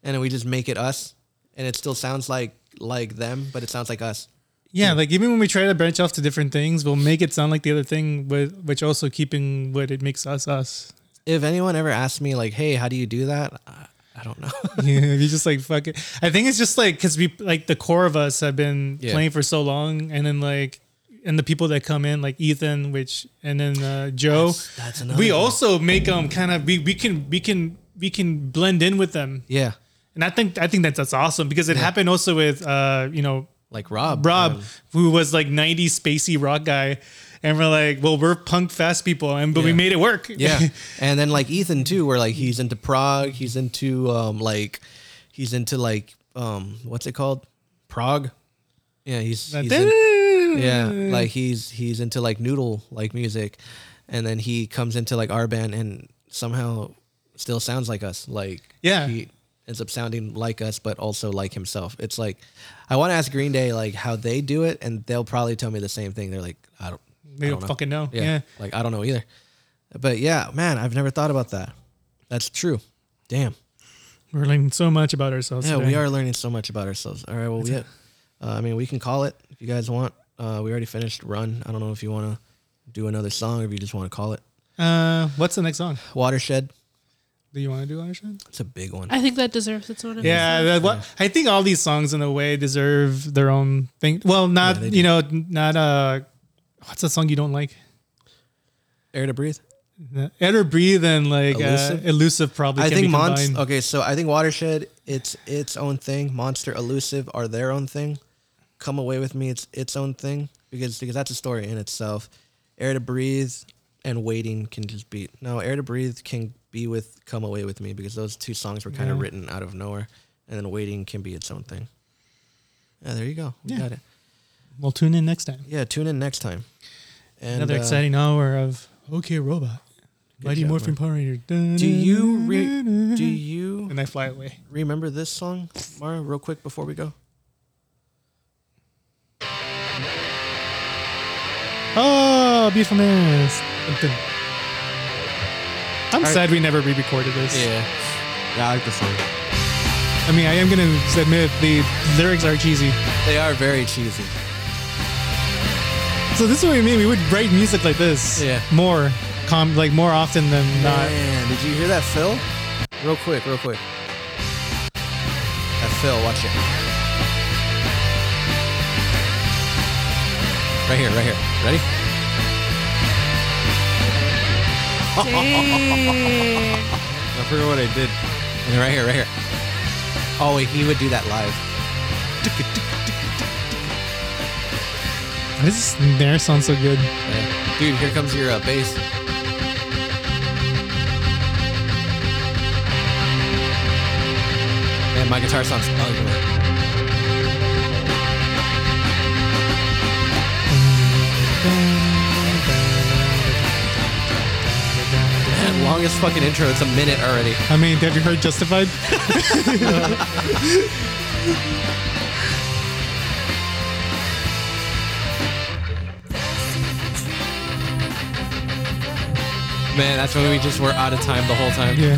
Speaker 2: and we just make it us, and it still sounds like like them, but it sounds like us.
Speaker 1: Yeah, like even when we try to branch off to different things, we'll make it sound like the other thing, but which also keeping what it makes us us.
Speaker 2: If anyone ever asks me like, "Hey, how do you do that?" I, I don't know.
Speaker 1: yeah, you just like fuck it. I think it's just like because we like the core of us have been
Speaker 2: Yeah.
Speaker 1: playing for so long, and then like and the people that come in like Ethan, which and then uh, Joe,
Speaker 2: That's- that's another
Speaker 1: we
Speaker 2: one.
Speaker 1: also make them kind of we we can we can we can blend in with them.
Speaker 2: Yeah.
Speaker 1: And I think I think that's that's awesome because it happened also with uh you know
Speaker 2: like Rob Um,
Speaker 1: Rob who was like 90s spacey rock guy and we're like well we're punk fast people and but we
Speaker 2: Yeah.
Speaker 1: made it work
Speaker 2: Yeah. and then like Ethan too, where like he's into Prague, he's into um like he's into like um what's it called? Prague. Yeah, he's, he's in- yeah, like he's he's into like noodle like music, and then he comes into like our band and somehow still sounds like us. Like
Speaker 1: Yeah.
Speaker 2: he ends up sounding like us, but also like himself. It's like I want to ask Green Day like how they do it, and they'll probably tell me the same thing. They're like, I don't,
Speaker 1: They
Speaker 2: I
Speaker 1: don't fucking know. Yeah.
Speaker 2: like I don't know either. But yeah, man, I've never thought about that. That's true. Damn.
Speaker 1: we're learning so much about ourselves
Speaker 2: Yeah,
Speaker 1: today.
Speaker 2: we are learning so much about ourselves. All right, well, yeah.
Speaker 1: That's
Speaker 2: Uh, I mean, we can call it if you guys want. Uh, we already finished Run. I don't know if you want to do another song or if you just want to call it
Speaker 1: uh what's the next song
Speaker 2: Watershed.
Speaker 1: do you want to do Watershed
Speaker 2: It's a big one.
Speaker 8: I think that deserves its own.
Speaker 1: yeah,
Speaker 8: episode.
Speaker 1: that, what, I think all these songs in a way deserve their own thing. Well, not you know, not uh, what's that song you don't like?
Speaker 2: Air to breathe.
Speaker 1: Air to breathe and like elusive,
Speaker 2: Elusive?
Speaker 1: uh, elusive probably.
Speaker 2: I
Speaker 1: can
Speaker 2: think
Speaker 1: be
Speaker 2: Monster.
Speaker 1: combined.
Speaker 2: Okay, so I think Watershed. It's its own thing. Monster, Elusive are their own thing. Come away with me. It's its own thing because because that's a story in itself. Air to breathe and waiting can just be no. Air to breathe can be with Come away with me because those two songs were kind of
Speaker 1: Yeah.
Speaker 2: written out of nowhere, and then waiting can be its own thing. Yeah, there you go. We
Speaker 1: Yeah.
Speaker 2: got it.
Speaker 1: We'll tune in next time.
Speaker 2: Yeah, tune in next time. And,
Speaker 1: Another
Speaker 2: uh,
Speaker 1: exciting hour of OK Robot,
Speaker 2: Good
Speaker 1: Mighty
Speaker 2: job,
Speaker 1: Morphin
Speaker 2: man.
Speaker 1: Power Ranger.
Speaker 2: Do you re- do you
Speaker 1: and I fly away?
Speaker 2: Remember this song, Mara, real quick before we go.
Speaker 1: Oh, beautiful mess. Dun, dun. I'm
Speaker 2: Alright.
Speaker 1: sad we never re-recorded this.
Speaker 2: Yeah.
Speaker 1: Yeah, I like the song. I mean, I am gonna admit the lyrics are cheesy.
Speaker 2: They are very cheesy.
Speaker 1: So this is what we mean. We would write music like this.
Speaker 2: Yeah.
Speaker 1: More, com- like more often than not.
Speaker 2: Man, did you hear that, Phil? Real quick, real quick. That Phil, watch it. Right here, right here. Ready?
Speaker 8: Dang.
Speaker 2: I forgot what I did. And right here, right here. Oh wait, he would do that live.
Speaker 1: Why does this snare sound so good?
Speaker 2: Yeah. Dude, here comes your uh, bass. Man, my guitar sounds ugly. Man, longest fucking intro. It's a minute already.
Speaker 1: I mean, have you heard Justified?
Speaker 2: Man, that's when we just were out of time the whole time.
Speaker 1: Yeah.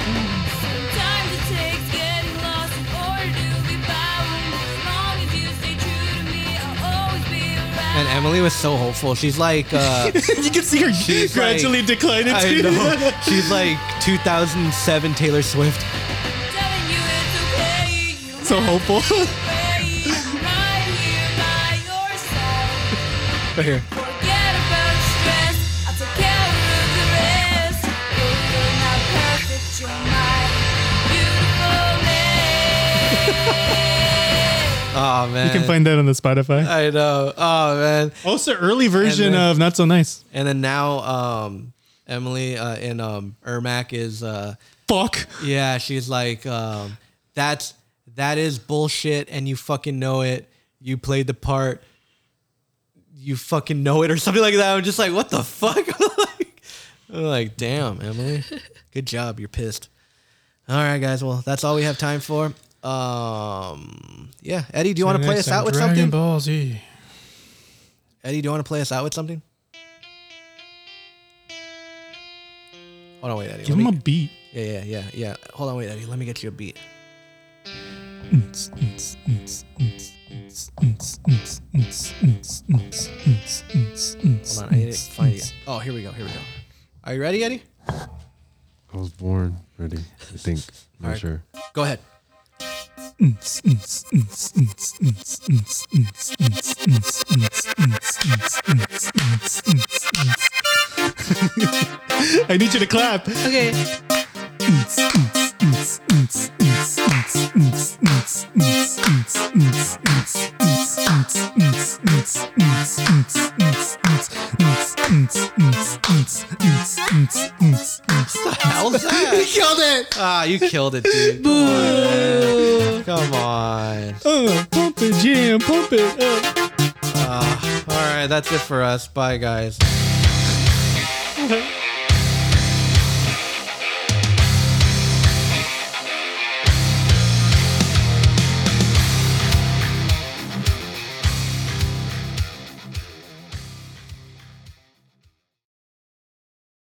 Speaker 14: Sometimes it takes getting lost in order to be found. As long as you stay true to me, I'll always be around.
Speaker 2: And Emily was so hopeful. She's like, uh,
Speaker 1: you can see her
Speaker 2: she's
Speaker 1: gradually
Speaker 2: like,
Speaker 1: declining.
Speaker 2: I
Speaker 1: too.
Speaker 2: know. She's like 2007 Taylor Swift.
Speaker 1: so hopeful. right here.
Speaker 14: Forget about stress. I'll take care of the rest. If you're not perfect, you're my beautiful man.
Speaker 2: Oh man,
Speaker 1: You can find that on the Spotify.
Speaker 2: I know. Oh man.
Speaker 1: Also, early version of Not So Nice.
Speaker 2: And then now, um, Emily uh, in um, Ermac is uh,
Speaker 1: fuck.
Speaker 2: Yeah, she's like, um, that's that is bullshit, and you fucking know it. You played the part. You fucking know it, or something like that. I'm just like, what the fuck? I'm like, damn, Emily, good job. You're pissed. All right, guys. Well, that's all we have time for. Um, yeah, Eddie, do you want to play us out with something?
Speaker 1: Ball Z.
Speaker 2: Eddie, do you want to play us out with something? Hold on, wait, Eddie.
Speaker 1: Give him
Speaker 2: let me-
Speaker 1: a beat.
Speaker 2: Yeah, yeah, yeah, yeah. Hold on, wait, Eddie. Let me get you a beat. Hold on, I need to find it. Oh, here we go. Here we go. Are you ready, Eddie?
Speaker 7: I was born ready. I think. Not
Speaker 2: Alright.
Speaker 7: sure.
Speaker 2: Go ahead. I need you to clap.
Speaker 8: Okay.
Speaker 1: You killed it. Ah, you killed it, dude. Boo. Come on.
Speaker 2: Uh, pump it, jam, pump it. up.
Speaker 1: Ah, all right, that's it for us. Bye, guys.